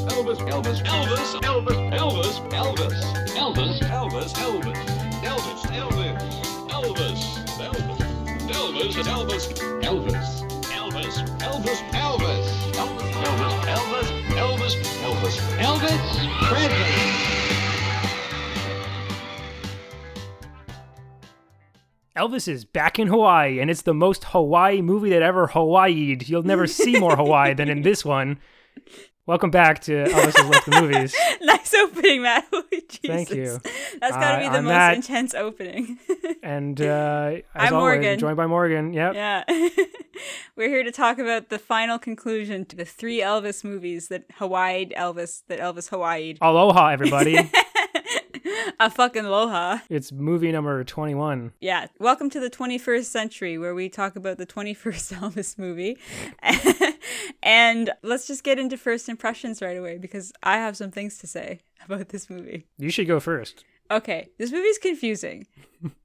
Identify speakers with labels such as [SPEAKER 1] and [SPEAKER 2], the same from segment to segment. [SPEAKER 1] Elvis, Elvis, Elvis, Elvis, Elvis, Elvis, Elvis, Elvis, Elvis, Elvis, Elvis, Elvis, Elvis, Elvis, Elvis, Elvis, Elvis, Elvis, Elvis, Elvis, Elvis, Elvis, Elvis Presley.
[SPEAKER 2] Elvis is back in Hawaii, and it's the most Hawaii movie that ever Hawaiied. You'll never see more Hawaii than in this one. Welcome back to Elvis has left the movies.
[SPEAKER 3] nice opening, Matt. Holy Jesus.
[SPEAKER 2] Thank you.
[SPEAKER 3] That's got to
[SPEAKER 2] Uh,
[SPEAKER 3] be the
[SPEAKER 2] on
[SPEAKER 3] most
[SPEAKER 2] that-
[SPEAKER 3] intense opening.
[SPEAKER 2] And uh, as
[SPEAKER 3] I'm
[SPEAKER 2] always,
[SPEAKER 3] Morgan.
[SPEAKER 2] joined by Morgan. Yep.
[SPEAKER 3] yeah. We're here to talk about the final conclusion to the three Elvis movies that Hawaii Elvis, that Elvis Hawaiied.
[SPEAKER 2] Aloha, everybody.
[SPEAKER 3] A fucking aloha.
[SPEAKER 2] it's movie number 21.
[SPEAKER 3] Yeah. Welcome to the 21st century, where we talk about the 21st Elvis movie. and let's just get into first impressions right away because I have some things to say about this movie.
[SPEAKER 2] You should go first.
[SPEAKER 3] Okay, this movie's confusing.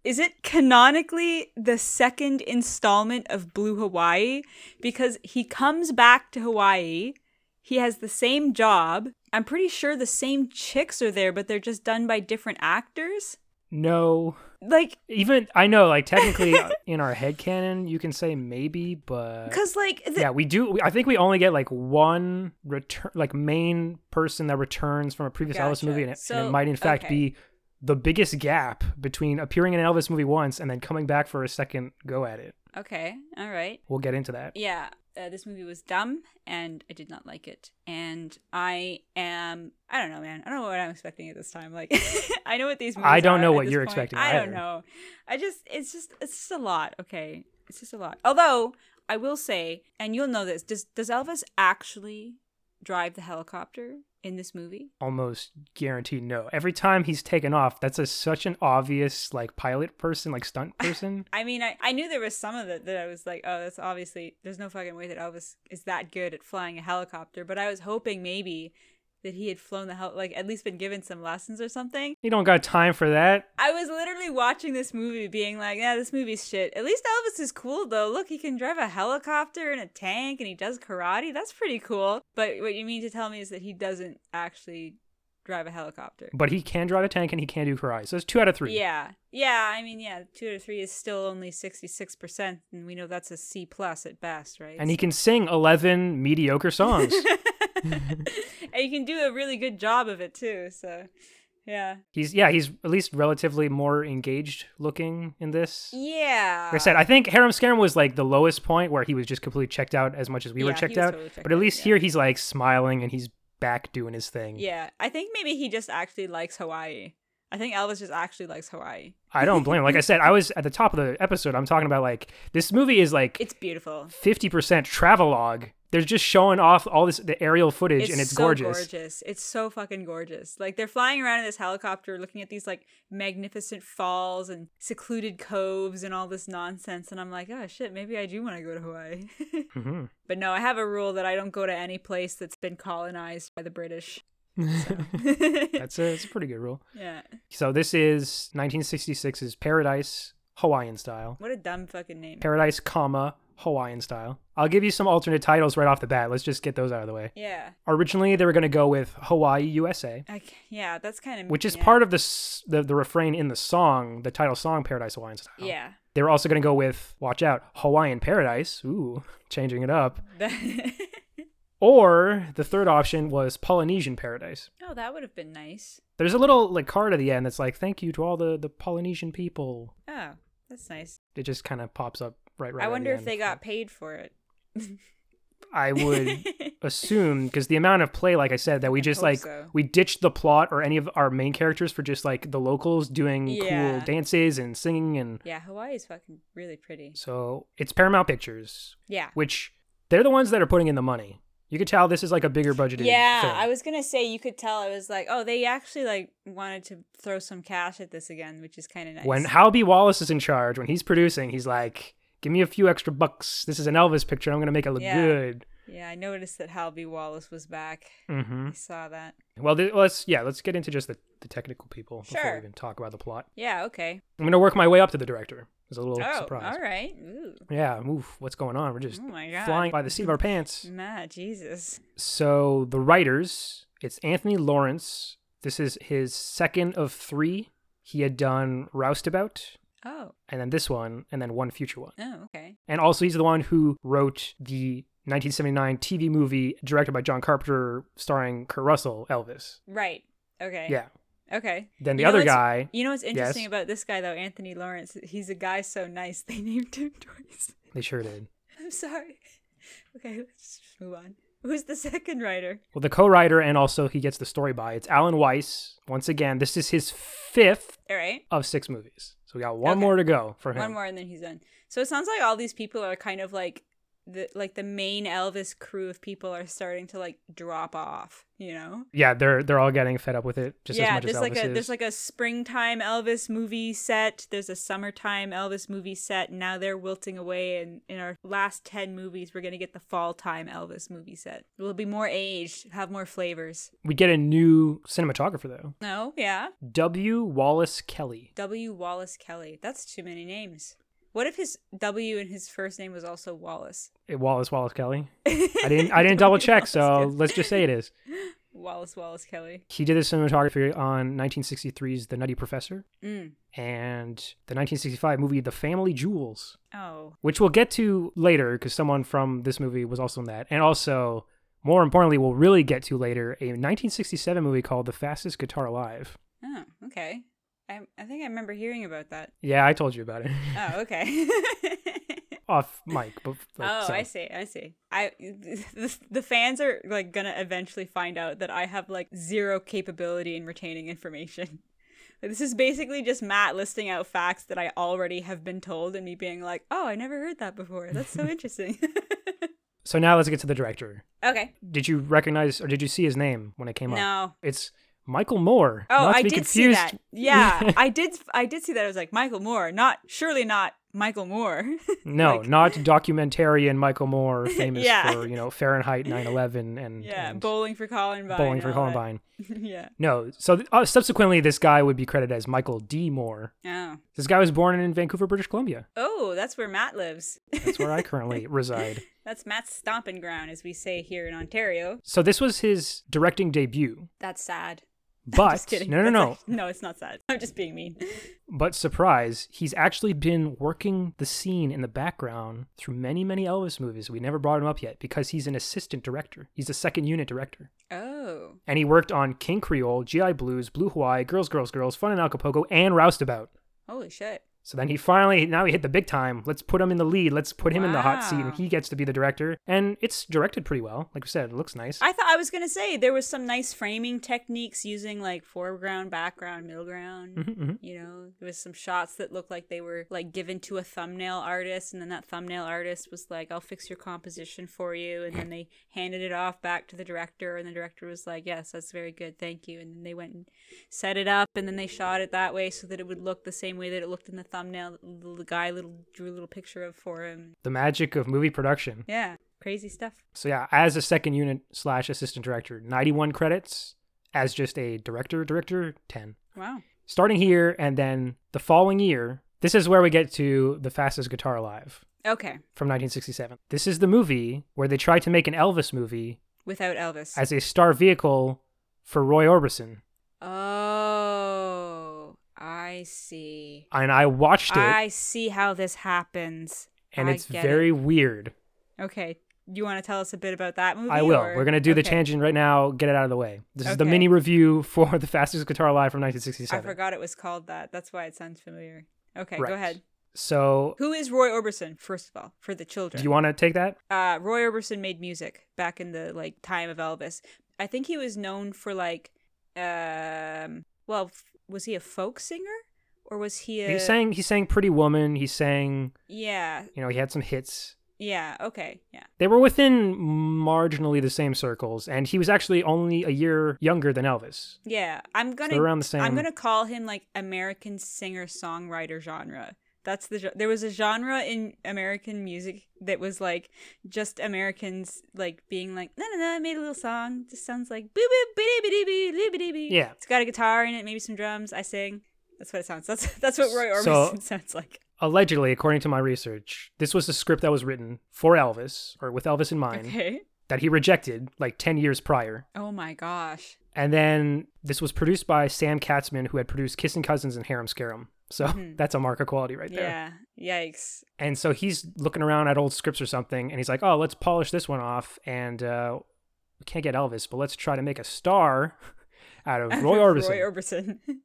[SPEAKER 3] Is it canonically the second installment of Blue Hawaii? Because he comes back to Hawaii, he has the same job. I'm pretty sure the same chicks are there, but they're just done by different actors.
[SPEAKER 2] No.
[SPEAKER 3] Like,
[SPEAKER 2] Even, I know, like, technically uh, in our head canon, you can say maybe, but.
[SPEAKER 3] because, like, the,
[SPEAKER 2] Uh, yeah, we do. we- I think we only get like one return, like main person that returns from a previous Elvis
[SPEAKER 3] Gotcha.
[SPEAKER 2] movie, and it, and
[SPEAKER 3] So,
[SPEAKER 2] it might in fact
[SPEAKER 3] okay.
[SPEAKER 2] be the biggest gap between appearing in an Elvis movie once and then coming back for a second go at it.
[SPEAKER 3] Okay, all right.
[SPEAKER 2] We'll get into that.
[SPEAKER 3] Yeah, uh, this movie was dumb and I did not like it. And I am, I don't know, man. I don't know what I'm expecting at this time. Like, I know what these movies
[SPEAKER 2] I don't
[SPEAKER 3] are
[SPEAKER 2] know
[SPEAKER 3] at
[SPEAKER 2] what
[SPEAKER 3] this
[SPEAKER 2] you're
[SPEAKER 3] point.
[SPEAKER 2] expecting
[SPEAKER 3] I
[SPEAKER 2] either.
[SPEAKER 3] don't know. I just, it's just, it's just a lot, okay? It's just a lot. Although, I will say, and you'll know this, does, does Elvis actually drive the helicopter in this movie?
[SPEAKER 2] Almost guaranteed no. Every time he's taken off, that's a, such an obvious like pilot person, like stunt person.
[SPEAKER 3] I mean, I, I knew there was some of it that I was like, oh, that's obviously, there's no fucking way that Elvis is that good at flying a helicopter. But I was hoping maybe that he had flown the hel, like, at least been given some lessons or something.
[SPEAKER 2] you don't got time for that.
[SPEAKER 3] I was literally watching this movie being like, yeah, this movie's shit. At least Elvis is cool, though. Look, he can drive a helicopter and a tank and he does karate. That's pretty cool. But what you mean to tell me is that he doesn't actually drive a helicopter.
[SPEAKER 2] But he can drive a tank and he can do karate. So it's two out of three.
[SPEAKER 3] Yeah, yeah. I mean, yeah. Two out of three is still only sixty six percent, and we know that's a C plus at best, right?
[SPEAKER 2] And he can sing eleven mediocre songs.
[SPEAKER 3] and you can do a really good job of it too. So, yeah,
[SPEAKER 2] he's yeah, he's at least relatively more engaged looking in this.
[SPEAKER 3] yeah.
[SPEAKER 2] Like I said, I think Harem Scarum was like the lowest point where he was just completely checked out as much as we were
[SPEAKER 3] Yeah, he
[SPEAKER 2] checked
[SPEAKER 3] was
[SPEAKER 2] out.
[SPEAKER 3] totally checked
[SPEAKER 2] but at
[SPEAKER 3] out,
[SPEAKER 2] least
[SPEAKER 3] yeah.
[SPEAKER 2] here he's like smiling and he's back doing his thing.
[SPEAKER 3] yeah, I think maybe he just actually likes Hawaii. I think Elvis just actually likes Hawaii.
[SPEAKER 2] I don't blame him. Like I said, I was at the top of the episode, I'm talking about like this movie is like
[SPEAKER 3] It's beautiful.
[SPEAKER 2] fifty percent travelogue. They're just showing off all this the aerial footage and it's
[SPEAKER 3] so
[SPEAKER 2] gorgeous.
[SPEAKER 3] It's so fucking gorgeous. Like they're flying around in this helicopter, looking at these like magnificent falls and secluded coves and all this nonsense. And I'm like, oh shit, maybe I do want to go to Hawaii.
[SPEAKER 2] Mhm.
[SPEAKER 3] but no, I have a rule that I don't go to any place that's been colonized by the British.
[SPEAKER 2] That's a, it's a pretty good rule.
[SPEAKER 3] yeah.
[SPEAKER 2] So this is 1966's Paradise Hawaiian style.
[SPEAKER 3] What a dumb fucking name.
[SPEAKER 2] Paradise, comma Hawaiian style. I'll give you some alternate titles right off the bat. Let's just get those out of the way.
[SPEAKER 3] yeah.
[SPEAKER 2] Originally, they were going to go with Hawaii, USA,
[SPEAKER 3] I c yeah, that's kind of
[SPEAKER 2] which is part of the, s- the the refrain in the song, the title song, Paradise Hawaiian Style.
[SPEAKER 3] Yeah.
[SPEAKER 2] They were also going to go with, watch out, Hawaiian Paradise. Ooh, changing it up. Or the third option was Polynesian Paradise.
[SPEAKER 3] oh, that would have been nice.
[SPEAKER 2] There's a little like card at the end that's like, thank you to all the, the Polynesian people.
[SPEAKER 3] Oh, that's nice.
[SPEAKER 2] It just kind of pops up right right.
[SPEAKER 3] I
[SPEAKER 2] at the
[SPEAKER 3] wonder if
[SPEAKER 2] end.
[SPEAKER 3] they got paid for it.
[SPEAKER 2] I would assume because the amount of play, like I said, that we
[SPEAKER 3] I
[SPEAKER 2] just
[SPEAKER 3] hope
[SPEAKER 2] like
[SPEAKER 3] so.
[SPEAKER 2] we ditched the plot or any of our main characters for just like the locals doing
[SPEAKER 3] Yeah.
[SPEAKER 2] cool dances and singing and
[SPEAKER 3] Yeah, Hawaii is fucking really pretty.
[SPEAKER 2] so it's Paramount Pictures,
[SPEAKER 3] Yeah.
[SPEAKER 2] which they're the ones that are putting in the money. You could tell this is like a bigger budgeted.
[SPEAKER 3] Yeah,
[SPEAKER 2] thing.
[SPEAKER 3] I was gonna say you could tell I was like, oh, they actually like wanted to throw some cash at this again, which is kind of nice.
[SPEAKER 2] When Hal B. Wallace is in charge, when he's producing, he's like, "Give me a few extra bucks. This is an Elvis picture. I'm gonna make it look
[SPEAKER 3] Yeah.
[SPEAKER 2] good."
[SPEAKER 3] yeah, I noticed that Hal B. Wallace was back.
[SPEAKER 2] hmm
[SPEAKER 3] I saw that.
[SPEAKER 2] Well, th- let's yeah, let's get into just the, the technical people before
[SPEAKER 3] Sure.
[SPEAKER 2] we even talk about the plot.
[SPEAKER 3] Yeah. Okay.
[SPEAKER 2] I'm gonna work my way up to the director. It's a little
[SPEAKER 3] oh,
[SPEAKER 2] surprise.
[SPEAKER 3] all right. Ooh,
[SPEAKER 2] Yeah, oof, what's going on? We're just
[SPEAKER 3] Oh my God.
[SPEAKER 2] flying by the seat of our pants.
[SPEAKER 3] Matt, Jesus.
[SPEAKER 2] So the writers It's Anthony Lawrence. This is his second of three. He had done Roustabout,
[SPEAKER 3] Oh.
[SPEAKER 2] and then this one, and then one future one.
[SPEAKER 3] Oh, okay.
[SPEAKER 2] And also, he's the one who wrote the 1979 TV movie directed by John Carpenter, starring Kurt Russell, Elvis.
[SPEAKER 3] Right. Okay.
[SPEAKER 2] Yeah.
[SPEAKER 3] Okay.
[SPEAKER 2] Then the
[SPEAKER 3] Eh, You know
[SPEAKER 2] other
[SPEAKER 3] what's-
[SPEAKER 2] guy,
[SPEAKER 3] You know what's interesting
[SPEAKER 2] Yes.
[SPEAKER 3] about this guy though, Anthony Lawrence? He's a guy so nice they named him twice.
[SPEAKER 2] they sure did.
[SPEAKER 3] I'm sorry. Okay, let's just move on. Who's the second writer?
[SPEAKER 2] Well, the co-writer and also he gets the story by. It's Alan Weiss. Once again, this is his fifth
[SPEAKER 3] All right.
[SPEAKER 2] of six movies. So we got one
[SPEAKER 3] Okay.
[SPEAKER 2] more to go for him.
[SPEAKER 3] One more and then he's done. So it sounds like all these people are kind of like the like the main Elvis crew of people are starting to like drop off, you know?
[SPEAKER 2] Yeah, they're they're all getting fed up with it just as
[SPEAKER 3] yeah,
[SPEAKER 2] much
[SPEAKER 3] there's
[SPEAKER 2] as Elvis
[SPEAKER 3] like a
[SPEAKER 2] is.
[SPEAKER 3] there's like a springtime Elvis movie set. There's a summertime Elvis movie set. Now they're wilting away, and in our last ten movies, we're gonna get the fall time Elvis movie set. It'll be more aged, have more flavors.
[SPEAKER 2] we get a new cinematographer though,
[SPEAKER 3] No, yeah.
[SPEAKER 2] W. Wallace Kelly.
[SPEAKER 3] W. Wallace Kelly. That's too many names. What if his W and his first name was also Wallace?
[SPEAKER 2] Eh, Wallace Wallace Kelly. I didn't I didn't double check, so let's just say it is.
[SPEAKER 3] Wallace Wallace Kelly.
[SPEAKER 2] He did the cinematography on 1963's The Nutty Professor
[SPEAKER 3] Mm.
[SPEAKER 2] and the 1965 movie The Family Jewels.
[SPEAKER 3] Oh,
[SPEAKER 2] which we'll get to later because someone from this movie was also in that. And also, more importantly, we'll really get to later a 1967 movie called The Fastest Guitar Alive.
[SPEAKER 3] oh, okay. I I think I remember hearing about that.
[SPEAKER 2] Yeah, I told you about it
[SPEAKER 3] Oh, okay.
[SPEAKER 2] off mic. But, like,
[SPEAKER 3] oh,
[SPEAKER 2] so-
[SPEAKER 3] I see. I see. I the, the fans are like gonna eventually find out that I have like zero capability in retaining information. Like, this is basically just Matt listing out facts that I already have been told, and me being like, "Oh, I never heard that before. That's so interesting."
[SPEAKER 2] So now let's get to the director.
[SPEAKER 3] okay.
[SPEAKER 2] Did you recognize or did you see his name when it came up?
[SPEAKER 3] No.
[SPEAKER 2] It's Michael Moore.
[SPEAKER 3] Oh,
[SPEAKER 2] not to
[SPEAKER 3] I
[SPEAKER 2] be
[SPEAKER 3] did see
[SPEAKER 2] confused-
[SPEAKER 3] that. Yeah, I did. I did see that. I was like, Michael Moore, not surely not Michael Moore.
[SPEAKER 2] no,
[SPEAKER 3] Like-
[SPEAKER 2] not documentarian Michael Moore, famous
[SPEAKER 3] Yeah.
[SPEAKER 2] for you know Fahrenheit 9/11 and,
[SPEAKER 3] yeah,
[SPEAKER 2] and
[SPEAKER 3] bowling for Columbine.
[SPEAKER 2] Bowling for
[SPEAKER 3] and all that.
[SPEAKER 2] Columbine.
[SPEAKER 3] yeah.
[SPEAKER 2] No, so th- uh, subsequently, this guy would be credited as Michael D. Moore.
[SPEAKER 3] Oh.
[SPEAKER 2] This guy was born in Vancouver, British Columbia.
[SPEAKER 3] Oh, that's where Matt lives.
[SPEAKER 2] That's where I currently reside.
[SPEAKER 3] That's Matt's stomping ground, as we say here in Ontario.
[SPEAKER 2] So this was his directing debut.
[SPEAKER 3] That's sad.
[SPEAKER 2] But
[SPEAKER 3] just kidding.
[SPEAKER 2] no, no,
[SPEAKER 3] That's
[SPEAKER 2] no.
[SPEAKER 3] act- no, it's not sad. I'm just being mean.
[SPEAKER 2] But surprise, he's actually been working the scene in the background through many, many Elvis movies. We never brought him up yet because he's an assistant director. He's a second unit director.
[SPEAKER 3] Oh.
[SPEAKER 2] And he worked on King Creole, GI Blues, Blue Hawaii, Girls, Girls, Girls, Fun and Acapulco, and Roustabout.
[SPEAKER 3] Holy shit.
[SPEAKER 2] So then he finally, now he hit the big time. Let's put him in the lead. Let's put him in the hot seat, and
[SPEAKER 3] Wow.
[SPEAKER 2] he gets to be the director. And it's directed pretty well. Like we said, it looks nice.
[SPEAKER 3] I thought I was gonna say there was some nice framing techniques using like foreground, background, middle ground.
[SPEAKER 2] Mhm, mhm.
[SPEAKER 3] You know, there was some shots that looked like they were like given to a thumbnail artist, and then that thumbnail artist was like, "I'll fix your composition for you," and then they handed it off back to the director, and the director was like, "Yes, that's very good, thank you." And then they went and set it up, and then they shot it that way so that it would look the same way that it looked in the thumbnail. that The guy little drew a little picture of for him.
[SPEAKER 2] The magic of movie production.
[SPEAKER 3] Yeah, crazy stuff.
[SPEAKER 2] So yeah, as a second unit slash assistant director, 91 credits. As just a director, director, 10.
[SPEAKER 3] Wow.
[SPEAKER 2] Starting here, and then the following year, this is where we get to The Fastest Guitar Live
[SPEAKER 3] Okay,
[SPEAKER 2] from 1967. This is the movie where they tried to make an Elvis movie
[SPEAKER 3] without Elvis.
[SPEAKER 2] as a star vehicle for Roy Orbison.
[SPEAKER 3] Oh, I see.
[SPEAKER 2] And I watched it.
[SPEAKER 3] I see how this happens.
[SPEAKER 2] and
[SPEAKER 3] I
[SPEAKER 2] it's
[SPEAKER 3] get
[SPEAKER 2] very
[SPEAKER 3] it.
[SPEAKER 2] weird.
[SPEAKER 3] okay. You want to tell us a bit about that movie?
[SPEAKER 2] I will.
[SPEAKER 3] or-
[SPEAKER 2] We're gonna do the
[SPEAKER 3] okay.
[SPEAKER 2] tangent right now. Get it out of the way. This is the
[SPEAKER 3] Okay.
[SPEAKER 2] mini review for the fastest guitar live from
[SPEAKER 3] I
[SPEAKER 2] 1967.
[SPEAKER 3] forgot it was called that. That's why it sounds familiar. Okay,
[SPEAKER 2] Right.
[SPEAKER 3] go ahead.
[SPEAKER 2] So,
[SPEAKER 3] Who is Roy Orbison? First of all, for the children.
[SPEAKER 2] do you want to take that?
[SPEAKER 3] uh, Roy Orbison made music back in the like time of Elvis. I think he was known for like, um, well, f- was he a folk singer or was he a?
[SPEAKER 2] He sang. He sang "Pretty Woman." He sang.
[SPEAKER 3] Yeah,
[SPEAKER 2] You know, he had some hits.
[SPEAKER 3] yeah. Okay, yeah.
[SPEAKER 2] They were within marginally the same circles, and he was actually only a year younger than Elvis.
[SPEAKER 3] Yeah, I'm gonna
[SPEAKER 2] they're around the
[SPEAKER 3] I'm
[SPEAKER 2] same-
[SPEAKER 3] gonna call him like American singer songwriter genre. That's the gen- there was a genre in American music that was like just Americans like being like no no no I made a little song just sounds like boo boo biddy biddy boo loo biddy boo
[SPEAKER 2] Yeah.
[SPEAKER 3] it's got a guitar in it maybe some drums I sing that's what it sounds that's that's what Roy
[SPEAKER 2] So-
[SPEAKER 3] Orbison sounds like
[SPEAKER 2] Allegedly, according to my research, this was the script that was written for Elvis or with Elvis in mind.
[SPEAKER 3] okay
[SPEAKER 2] that he rejected like 10 years prior.
[SPEAKER 3] Oh my gosh.
[SPEAKER 2] And then this was produced by Sam Katzman, who had produced Kissing Cousins and Harem Scarum. So
[SPEAKER 3] Mhm.
[SPEAKER 2] that's a mark of quality right there.
[SPEAKER 3] Yeah. Yikes.
[SPEAKER 2] And so he's looking around at old scripts or something, and he's like, "Oh, let's polish this one off." And uh, we can't get Elvis, but let's try to make a star out of Roy Orbison.
[SPEAKER 3] Roy Orbison.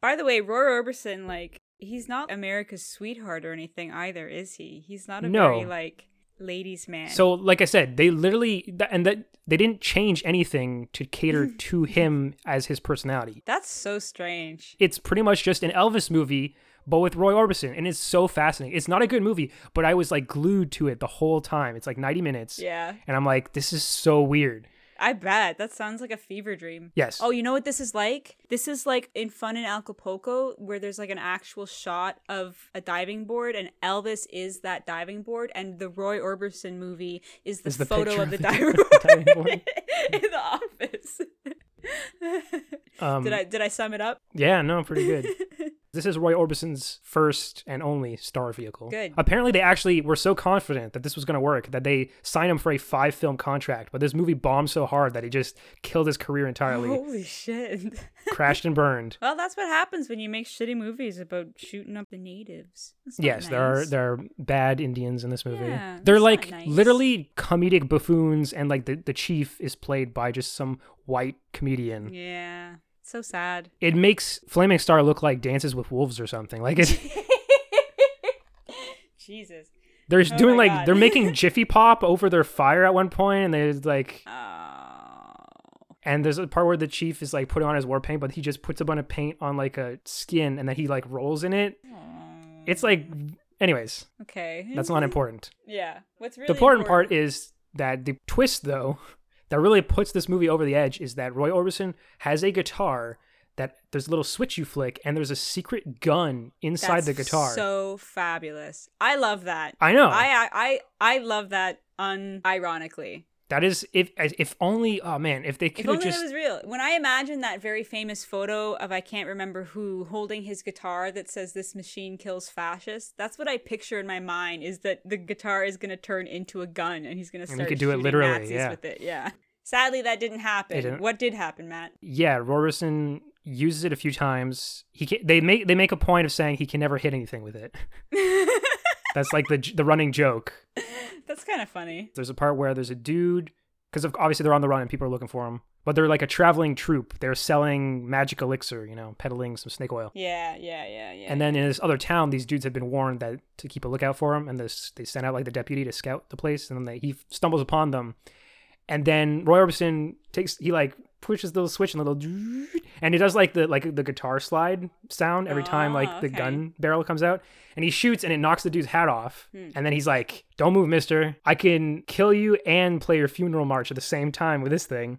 [SPEAKER 3] By the way, Roy Orbison, like, he's not America's sweetheart or anything either, is he? He's not a
[SPEAKER 2] No.
[SPEAKER 3] very like ladies' man.
[SPEAKER 2] so, like I said, they literally th- and that they didn't change anything to cater to him as his personality.
[SPEAKER 3] that's so strange.
[SPEAKER 2] It's pretty much just an Elvis movie, but with Roy Orbison, and it's so fascinating. It's not a good movie, but I was like glued to it the whole time. It's like ninety minutes,
[SPEAKER 3] Yeah,
[SPEAKER 2] and I'm like, "This is so weird."
[SPEAKER 3] I bet that sounds like a fever dream.
[SPEAKER 2] Yes.
[SPEAKER 3] Oh, you know what this is like? This is like in Fun in Acapulco, where there's like an actual shot of a diving board, and Elvis is that diving board, and the Roy Orbison movie is the,
[SPEAKER 2] Is the
[SPEAKER 3] photo
[SPEAKER 2] picture
[SPEAKER 3] of the,
[SPEAKER 2] of the
[SPEAKER 3] diving
[SPEAKER 2] diving
[SPEAKER 3] board,
[SPEAKER 2] board.
[SPEAKER 3] in the office.
[SPEAKER 2] Um,
[SPEAKER 3] did I did I sum it up?
[SPEAKER 2] Yeah, no, pretty good. this is Roy Orbison's first and only star vehicle.
[SPEAKER 3] Good.
[SPEAKER 2] Apparently, they actually were so confident that this was going to work that they signed him for a five film contract. But this movie bombed so hard that he just killed his career entirely,
[SPEAKER 3] Holy shit.
[SPEAKER 2] crashed and burned.
[SPEAKER 3] well, that's what happens when you make shitty movies about shooting up the natives. That's not
[SPEAKER 2] Yes, there are
[SPEAKER 3] nice.
[SPEAKER 2] there are bad Indians in this movie.
[SPEAKER 3] Yeah,
[SPEAKER 2] They're
[SPEAKER 3] that's not
[SPEAKER 2] like
[SPEAKER 3] nice.
[SPEAKER 2] literally comedic buffoons, and like the, the chief is played by just some white comedian.
[SPEAKER 3] Yeah. So sad.
[SPEAKER 2] It makes Flaming Star look like Dances with Wolves or something. Like it's
[SPEAKER 3] Jesus.
[SPEAKER 2] They're
[SPEAKER 3] Oh
[SPEAKER 2] doing
[SPEAKER 3] my
[SPEAKER 2] like
[SPEAKER 3] God.
[SPEAKER 2] they're making Jiffy Pop over their fire at one point, and there's like,
[SPEAKER 3] Oh.
[SPEAKER 2] and there's a part where the chief is like putting on his war paint, but he just puts a bunch of paint on like a skin, and then he like rolls in it. It's like, anyways,
[SPEAKER 3] Okay.
[SPEAKER 2] that's not important.
[SPEAKER 3] Yeah. What's really
[SPEAKER 2] the important, part is that the twist, though, that really puts this movie over the edge is that Roy Orbison has a guitar that there's a little switch you flick, and there's a secret gun inside
[SPEAKER 3] That's
[SPEAKER 2] the guitar. Oh.
[SPEAKER 3] So fabulous. I love that.
[SPEAKER 2] I know.
[SPEAKER 3] I I I, I love that unironically.
[SPEAKER 2] that is if if only. Oh man, if they could
[SPEAKER 3] If
[SPEAKER 2] have
[SPEAKER 3] only
[SPEAKER 2] just
[SPEAKER 3] that was real. When I imagine that very famous photo of I can't remember who holding his guitar that says this machine kills fascists, that's what I picture in my mind is that the guitar is going to turn into a gun and he's going to
[SPEAKER 2] And he
[SPEAKER 3] start
[SPEAKER 2] could do it
[SPEAKER 3] shooting
[SPEAKER 2] literally,
[SPEAKER 3] Nazis
[SPEAKER 2] yeah.
[SPEAKER 3] with it. Yeah. Sadly, that didn't happen.
[SPEAKER 2] It didn't.
[SPEAKER 3] What did happen, Matt?
[SPEAKER 2] yeah, Roberson uses it a few times. He can, they make they make a point of saying he can never hit anything with it. That's like the j- the running joke.
[SPEAKER 3] That's kind of funny.
[SPEAKER 2] There's a part where there's a dude because obviously they're on the run and people are looking for him, but they're like a traveling troupe. They're selling magic elixir, you know, peddling some snake oil.
[SPEAKER 3] Yeah, yeah, yeah, yeah.
[SPEAKER 2] And then in this other town, these dudes have been warned that to keep a lookout for him, and this they send out like the deputy to scout the place, and then they, he stumbles upon them, and then Roy Orbison takes he like pushes the little switch and the little, and it does like the like the guitar slide sound every time
[SPEAKER 3] Ah,
[SPEAKER 2] like the
[SPEAKER 3] okay.
[SPEAKER 2] gun barrel comes out, and he shoots and it knocks the dude's hat off,
[SPEAKER 3] Hmm.
[SPEAKER 2] and then he's like, "Don't move, Mister! I can kill you and play your funeral march at the same time with this thing."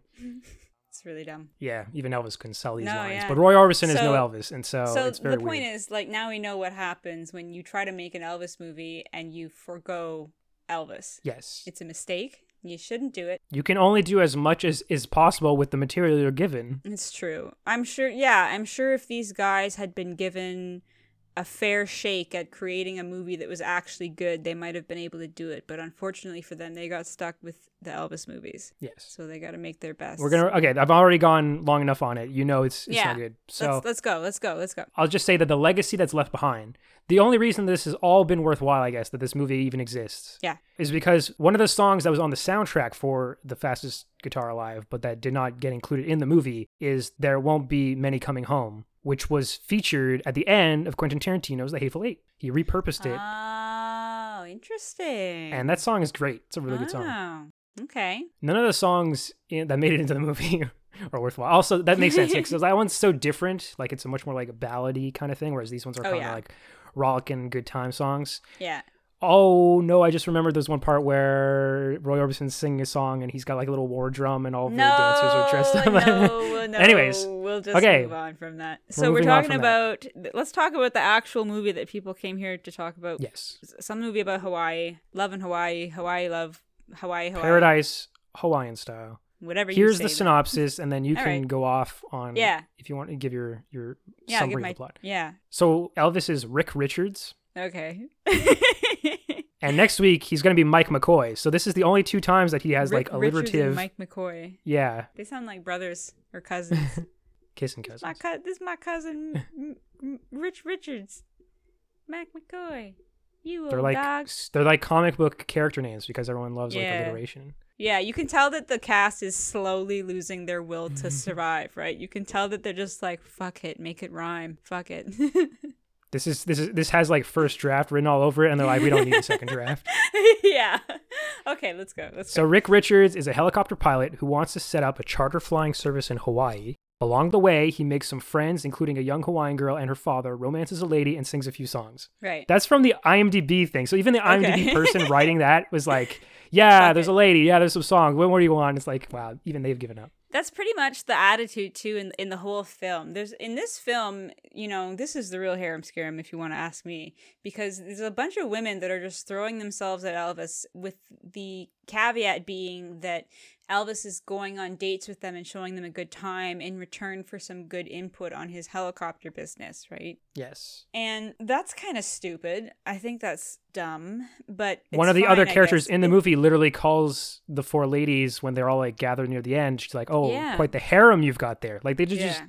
[SPEAKER 3] it's really dumb.
[SPEAKER 2] Yeah, even Elvis couldn't sell these
[SPEAKER 3] No,
[SPEAKER 2] lines,
[SPEAKER 3] yeah.
[SPEAKER 2] but Roy Orbison is no
[SPEAKER 3] So-
[SPEAKER 2] Elvis, and so,
[SPEAKER 3] so
[SPEAKER 2] Oh, it's very
[SPEAKER 3] the point
[SPEAKER 2] weird.
[SPEAKER 3] is like now we know what happens when you try to make an Elvis movie and you forego Elvis.
[SPEAKER 2] yes,
[SPEAKER 3] It's a mistake. You shouldn't do it.
[SPEAKER 2] You can only do as much as is possible with the material you're given.
[SPEAKER 3] It's true. I'm sure. Yeah, I'm sure if these guys had been given a fair shake at creating a movie that was actually good, they might have been able to do it. But unfortunately for them, they got stuck with the Elvis movies,
[SPEAKER 2] Yes.
[SPEAKER 3] so they got to make their best.
[SPEAKER 2] We're gonna okay. I've already gone long enough on it. You know it's it's
[SPEAKER 3] Yeah.
[SPEAKER 2] not good. So
[SPEAKER 3] let's, let's go. Let's go. Let's go.
[SPEAKER 2] I'll just say that the legacy that's left behind. The only reason this has all been worthwhile, I guess, that this movie even exists,
[SPEAKER 3] Yeah.
[SPEAKER 2] is because one of the songs that was on the soundtrack for the fastest guitar alive, but that did not get included in the movie, is "There Won't Be Many Coming Home," which was featured at the end of Quentin Tarantino's *The Hateful Eight. He repurposed it,
[SPEAKER 3] Ah. Oh, interesting.
[SPEAKER 2] and that song is great. It's a really good song.
[SPEAKER 3] Oh, okay.
[SPEAKER 2] none of the songs in, that made it into the movie are worthwhile. Also, that makes sense because that one's so different. Like it's a much more like a ballady kind of thing, whereas these ones are
[SPEAKER 3] Oh,
[SPEAKER 2] kind of
[SPEAKER 3] yeah.
[SPEAKER 2] like rollicking good time songs.
[SPEAKER 3] Yeah.
[SPEAKER 2] Oh no, I just remembered there's one part where Roy Orbison's singing a song and he's got like a little war drum and all the dancers are dressed up.
[SPEAKER 3] No, no.
[SPEAKER 2] Anyways,
[SPEAKER 3] we'll just
[SPEAKER 2] okay.
[SPEAKER 3] move on from that. So we're
[SPEAKER 2] moving on
[SPEAKER 3] talking
[SPEAKER 2] from that.
[SPEAKER 3] about. Let's talk about the actual movie that people came here to talk about.
[SPEAKER 2] yes,
[SPEAKER 3] some movie about Hawaii, love in Hawaii, Hawaii love, Hawaii, Hawaii,
[SPEAKER 2] Paradise Hawaiian style.
[SPEAKER 3] whatever.
[SPEAKER 2] Here's
[SPEAKER 3] you
[SPEAKER 2] the
[SPEAKER 3] say
[SPEAKER 2] synopsis, and then you
[SPEAKER 3] All
[SPEAKER 2] can
[SPEAKER 3] right.
[SPEAKER 2] go off on
[SPEAKER 3] Yeah.
[SPEAKER 2] if you want to give your your
[SPEAKER 3] Yeah, I'll give
[SPEAKER 2] summary
[SPEAKER 3] my-
[SPEAKER 2] of the plot.
[SPEAKER 3] Yeah.
[SPEAKER 2] So Elvis is Rick Richards.
[SPEAKER 3] Okay.
[SPEAKER 2] And next week he's going to be Mike McCoy. So this is the only two times that he has
[SPEAKER 3] Rick
[SPEAKER 2] like
[SPEAKER 3] Richards and
[SPEAKER 2] alliterative.
[SPEAKER 3] Mike McCoy.
[SPEAKER 2] Yeah,
[SPEAKER 3] They sound like brothers or cousins.
[SPEAKER 2] kissing
[SPEAKER 3] This my
[SPEAKER 2] cousins.
[SPEAKER 3] cou- this is my cousin, M- M- Rich Richards, Mac McCoy. You
[SPEAKER 2] They're
[SPEAKER 3] old
[SPEAKER 2] like
[SPEAKER 3] dog.
[SPEAKER 2] s- they're like comic book character names because everyone loves
[SPEAKER 3] Yeah.
[SPEAKER 2] like alliteration.
[SPEAKER 3] Yeah, you can tell that the cast is slowly losing their will to survive, right? You can tell that they're just like, fuck it, make it rhyme, fuck it.
[SPEAKER 2] This is this is this has like first draft written all over it, and they're like, we don't need a second draft.
[SPEAKER 3] yeah. Okay, let's go. Let's
[SPEAKER 2] So Rick Richards is a helicopter pilot who wants to set up a charter flying service in Hawaii. Along the way, he makes some friends, including a young Hawaiian girl and her father, romances a lady, and sings a few songs.
[SPEAKER 3] go. Right.
[SPEAKER 2] That's from the IMDb thing. So even the IMDb
[SPEAKER 3] Okay.
[SPEAKER 2] person writing that was like, yeah,
[SPEAKER 3] Fuck
[SPEAKER 2] there's
[SPEAKER 3] it.
[SPEAKER 2] a lady. Yeah, there's some songs. What more do you want? It's like, wow, even they've given up.
[SPEAKER 3] That's pretty much the attitude too in in the whole film. There's in this film, you know, this is the real harem scarum if you want to ask me, because there's a bunch of women that are just throwing themselves at Elvis with the caveat being that Elvis is going on dates with them and showing them a good time in return for some good input on his helicopter business, right?
[SPEAKER 2] Yes.
[SPEAKER 3] And that's kind of stupid. I think that's dumb, but
[SPEAKER 2] One
[SPEAKER 3] it's
[SPEAKER 2] of the
[SPEAKER 3] fine,
[SPEAKER 2] other
[SPEAKER 3] I
[SPEAKER 2] characters
[SPEAKER 3] guess.
[SPEAKER 2] in the
[SPEAKER 3] It-
[SPEAKER 2] movie literally calls the four ladies when they're all like gathered near the end. She's like, oh,
[SPEAKER 3] Yeah.
[SPEAKER 2] quite the harem you've got there. Like they just,
[SPEAKER 3] Yeah.
[SPEAKER 2] just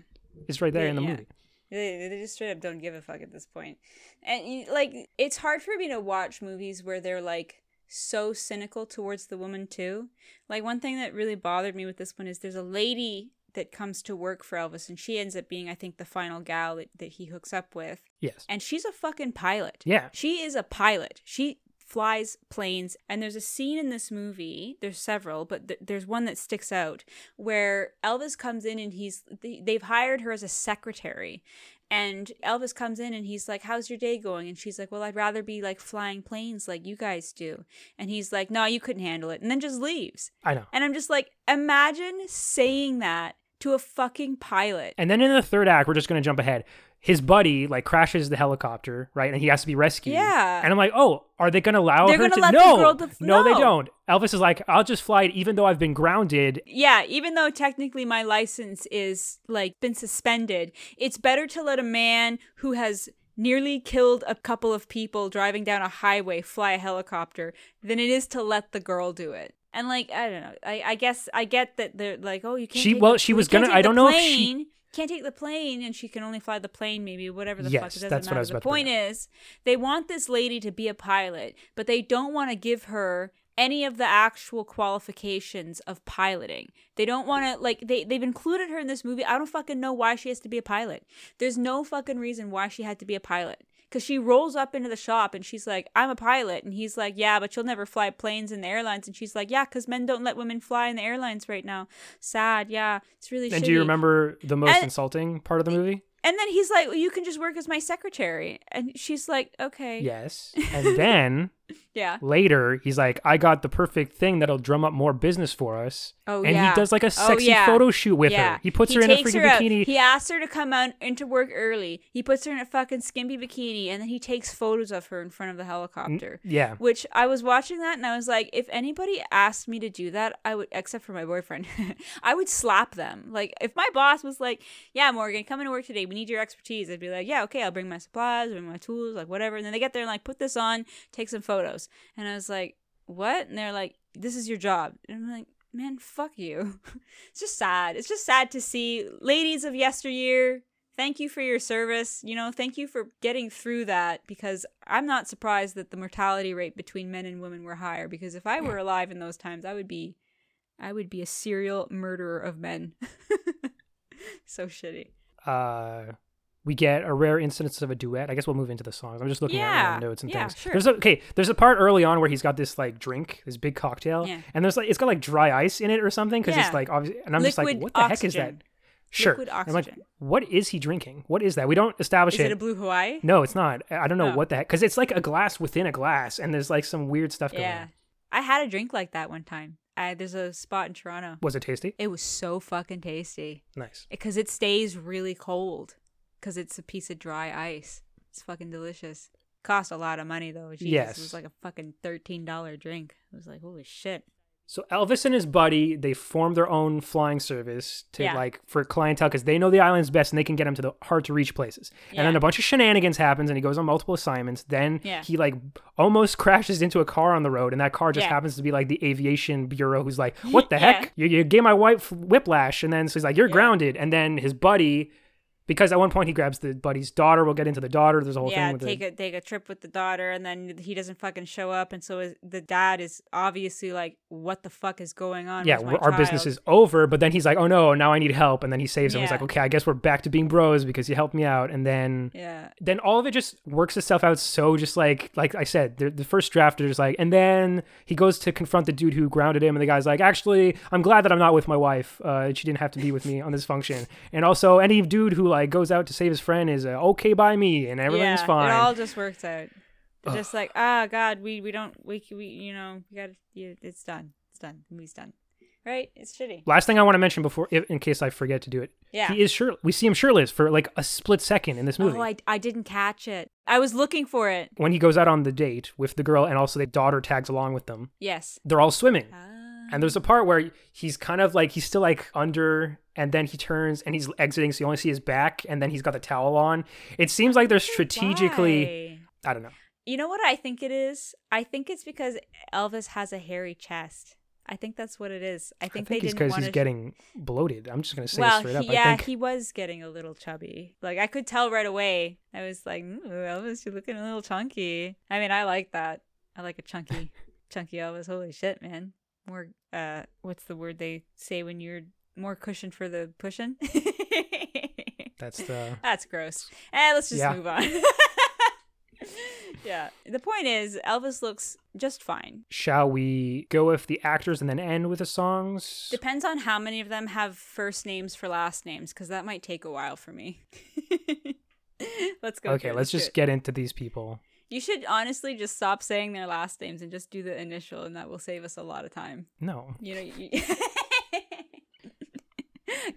[SPEAKER 2] it's right there
[SPEAKER 3] Yeah,
[SPEAKER 2] in the
[SPEAKER 3] yeah.
[SPEAKER 2] movie.
[SPEAKER 3] They, they just straight up don't give a fuck at this point. And you, like, it's hard for me to watch movies where they're like so cynical towards the woman too. Like one thing that really bothered me with this one is there's a lady that comes to work for Elvis, and she ends up being, I think, the final gal that, that he hooks up with.
[SPEAKER 2] Yes.
[SPEAKER 3] And she's a fucking pilot.
[SPEAKER 2] Yeah.
[SPEAKER 3] She is a pilot. She flies planes. And there's a scene in this movie, there's several, but th- there's one that sticks out where Elvis comes in and he's, they- they've hired her as a secretary. And Elvis comes in and he's like, How's your day going? And she's like, Well, I'd rather be like flying planes like you guys do. And he's like, No, you couldn't handle it. And then just leaves.
[SPEAKER 2] I know.
[SPEAKER 3] And I'm just like, Imagine saying that to a fucking pilot.
[SPEAKER 2] And then in the third act, we're just going to jump ahead. His buddy like crashes the helicopter, right? And he has to be rescued.
[SPEAKER 3] Yeah.
[SPEAKER 2] And I'm like, oh, are they going to allow
[SPEAKER 3] They're
[SPEAKER 2] her
[SPEAKER 3] gonna
[SPEAKER 2] to?
[SPEAKER 3] let the
[SPEAKER 2] no,
[SPEAKER 3] girl def-
[SPEAKER 2] no,
[SPEAKER 3] No.
[SPEAKER 2] they don't. Elvis is like, I'll just fly it, even though I've been grounded.
[SPEAKER 3] yeah, even though technically my license is like been suspended, it's better to let a man who has nearly killed a couple of people driving down a highway fly a helicopter than it is to let the girl do it. And like I don't know, I, I guess I get that they're like, oh, you can't.
[SPEAKER 2] She-
[SPEAKER 3] take
[SPEAKER 2] well,
[SPEAKER 3] the-
[SPEAKER 2] she
[SPEAKER 3] you
[SPEAKER 2] was
[SPEAKER 3] can't
[SPEAKER 2] gonna-
[SPEAKER 3] take
[SPEAKER 2] I
[SPEAKER 3] the
[SPEAKER 2] don't know if
[SPEAKER 3] plane.
[SPEAKER 2] she-
[SPEAKER 3] can't take the plane, and she can only fly the plane, maybe whatever the fuck.
[SPEAKER 2] Yes,
[SPEAKER 3] It doesn't
[SPEAKER 2] that's what I
[SPEAKER 3] matter.
[SPEAKER 2] was
[SPEAKER 3] the
[SPEAKER 2] about to bring
[SPEAKER 3] point is, they want this lady to be a pilot, but they don't want to give her any of the actual qualifications of piloting. They don't want to like they they've included her in this movie. I don't fucking know why she has to be a pilot. There's no fucking reason why she had to be a pilot. Cause she rolls up into the shop and she's like, "I'm a pilot," and he's like, "Yeah, but you'll never fly planes in the airlines." And she's like, "Yeah, cause men don't let women fly in the airlines right now. Sad, yeah, it's really."
[SPEAKER 2] And do you
[SPEAKER 3] shitty."
[SPEAKER 2] remember the most
[SPEAKER 3] And-
[SPEAKER 2] insulting part of the movie?
[SPEAKER 3] And then he's like, well, "You can just work as my secretary," and she's like, "Okay,
[SPEAKER 2] Yes. And then
[SPEAKER 3] yeah."
[SPEAKER 2] later, he's like, I got the perfect thing that'll drum up more business for us.
[SPEAKER 3] Oh,
[SPEAKER 2] and
[SPEAKER 3] yeah.
[SPEAKER 2] he does like
[SPEAKER 3] Oh,
[SPEAKER 2] a sexy
[SPEAKER 3] yeah.
[SPEAKER 2] photo shoot with
[SPEAKER 3] yeah.
[SPEAKER 2] her. He puts her in a
[SPEAKER 3] takes
[SPEAKER 2] freaking
[SPEAKER 3] her out.
[SPEAKER 2] bikini.
[SPEAKER 3] He asks her to come out into work early. He puts her in a fucking skimpy bikini, and then he takes photos of her in front of the helicopter.
[SPEAKER 2] yeah.
[SPEAKER 3] Which I was watching that, and I was like, if anybody asked me to do that, I would, except for my boyfriend, I would slap them. Like, if my boss was like, "Yeah, Morgan, come into work today. We need your expertise," I'd be like, "Yeah, okay, I'll bring my supplies, bring my tools, like whatever." And then they get there and like, put this on, take some photos, and I was like, "What?" And they're like, "This is your job," and I'm like. Man, fuck you. It's just sad. It's just sad to see ladies of yesteryear. Thank you for your service. You know, thank you for getting through that because I'm not surprised that the mortality rate between men and women were higher because if I were alive in those times, I would be I would be a serial murderer of men. so shitty.
[SPEAKER 2] uh, we get a rare instance of a duet. I guess we'll move into the songs. I'm just looking at
[SPEAKER 3] Yeah.
[SPEAKER 2] random notes and
[SPEAKER 3] Yeah,
[SPEAKER 2] things.
[SPEAKER 3] sure.
[SPEAKER 2] There's a, okay. There's a part early on where he's got this like drink, this big cocktail,
[SPEAKER 3] Yeah.
[SPEAKER 2] and there's like it's got like dry ice in it or something because
[SPEAKER 3] Yeah.
[SPEAKER 2] it's like obviously. And I'm just like,
[SPEAKER 3] Liquid
[SPEAKER 2] what the heck is that?
[SPEAKER 3] oxygen.
[SPEAKER 2] Sure.
[SPEAKER 3] Liquid
[SPEAKER 2] I'm like,
[SPEAKER 3] oxygen.
[SPEAKER 2] what is he drinking? What is that? We don't establish
[SPEAKER 3] Is it a blue Hawaii?
[SPEAKER 2] no, it's not. I I don't know
[SPEAKER 3] Oh.
[SPEAKER 2] what the heck because it's like a glass within a glass, and there's like some weird stuff going.
[SPEAKER 3] Yeah.
[SPEAKER 2] on.
[SPEAKER 3] I had a drink like that one time. I, there's a spot in Toronto.
[SPEAKER 2] Was it tasty?
[SPEAKER 3] It was so fucking tasty
[SPEAKER 2] Nice.
[SPEAKER 3] because it stays really cold because it's a piece of dry ice. It's fucking delicious. Cost a lot of money though. Jesus, it
[SPEAKER 2] Yes.
[SPEAKER 3] was like a fucking thirteen dollar drink. It was like holy shit.
[SPEAKER 2] So Elvis and his buddy, they form their own flying service to
[SPEAKER 3] Yeah.
[SPEAKER 2] like for clientele because they know the islands best and they can get him to the hard to reach places.
[SPEAKER 3] Yeah.
[SPEAKER 2] And then a bunch of shenanigans happens and he goes on multiple assignments. Then
[SPEAKER 3] Yeah.
[SPEAKER 2] he like almost crashes into a car on the road and that car just
[SPEAKER 3] Yeah.
[SPEAKER 2] happens to be like the aviation bureau who's like, "What the
[SPEAKER 3] Yeah.
[SPEAKER 2] heck? You, you gave my wife whiplash." And then so he's like, "You're
[SPEAKER 3] Yeah.
[SPEAKER 2] grounded." And then his buddy because at one point he grabs the buddy's daughter. We'll get into the daughter. There's a whole
[SPEAKER 3] yeah,
[SPEAKER 2] thing with
[SPEAKER 3] take
[SPEAKER 2] the,
[SPEAKER 3] a take a trip with the daughter, and then he doesn't fucking show up, and so is, the dad is obviously like, "What the fuck is going on?"
[SPEAKER 2] yeah,
[SPEAKER 3] with my
[SPEAKER 2] we're- our business
[SPEAKER 3] child?"
[SPEAKER 2] is over. But then he's like, oh no, now I need help. And then he saves him. He's
[SPEAKER 3] Yeah.
[SPEAKER 2] like, okay, I guess we're back to being bros because you helped me out. And then
[SPEAKER 3] yeah,
[SPEAKER 2] then all of it just works itself out. So just like like I said, the, the first draft is like, and then he goes to confront the dude who grounded him, and the guy's like, actually, I'm glad that I'm not with my wife. Uh, she didn't have to be with me on this function. And also, any dude who like goes out to save his friend is uh, okay by me, and everything's
[SPEAKER 3] yeah,
[SPEAKER 2] fine.
[SPEAKER 3] It all just works out. They're
[SPEAKER 2] Ugh.
[SPEAKER 3] just like, ah, God, we we don't we we you know we got yeah, it's done, it's done, the movie's done, right? It's shitty.
[SPEAKER 2] Last thing I want to mention before, if, in case I forget to do it,
[SPEAKER 3] Yeah.
[SPEAKER 2] he is shirt. We see him shirtless for like a split second in this movie.
[SPEAKER 3] Oh, I I didn't catch it. I was looking for it.
[SPEAKER 2] when he goes out on the date with the girl and also the daughter tags along with them,
[SPEAKER 3] Yes.
[SPEAKER 2] they're all swimming.
[SPEAKER 3] Ah.
[SPEAKER 2] And there's a part where he's kind of like he's still like under and then he turns and he's exiting so you only see his back and then he's got the towel on. It seems like they're strategically
[SPEAKER 3] Why?
[SPEAKER 2] I don't know.
[SPEAKER 3] You know what I think it is? I think it's because Elvis has a hairy chest. I think that's what it is. I
[SPEAKER 2] I think,
[SPEAKER 3] think, they
[SPEAKER 2] it's
[SPEAKER 3] didn't
[SPEAKER 2] because
[SPEAKER 3] want
[SPEAKER 2] he's
[SPEAKER 3] to.
[SPEAKER 2] getting bloated. I'm just gonna say it
[SPEAKER 3] well,
[SPEAKER 2] straight
[SPEAKER 3] he-
[SPEAKER 2] up. I
[SPEAKER 3] yeah,
[SPEAKER 2] think
[SPEAKER 3] he was getting a little chubby. Like I could tell right away. I was like, Ooh, Elvis, you're looking a little chunky. I mean, I like that. I like a chunky, chunky Elvis. Holy shit, man! More, uh, what's the word they say when you're more cushion for the pushing?
[SPEAKER 2] that's the
[SPEAKER 3] That's gross. Eh, let's just
[SPEAKER 2] Yeah.
[SPEAKER 3] move on. yeah. The point is, Elvis looks just fine.
[SPEAKER 2] shall we go with the actors and then end with the songs?
[SPEAKER 3] Depends on how many of them have first names for last names, because that might take a while for me. let's go.
[SPEAKER 2] okay,
[SPEAKER 3] through
[SPEAKER 2] let's
[SPEAKER 3] this
[SPEAKER 2] just
[SPEAKER 3] shit.
[SPEAKER 2] get into these people.
[SPEAKER 3] You should honestly just stop saying their last names and just do the initial, and that will save us a lot of time.
[SPEAKER 2] No.
[SPEAKER 3] You know. You...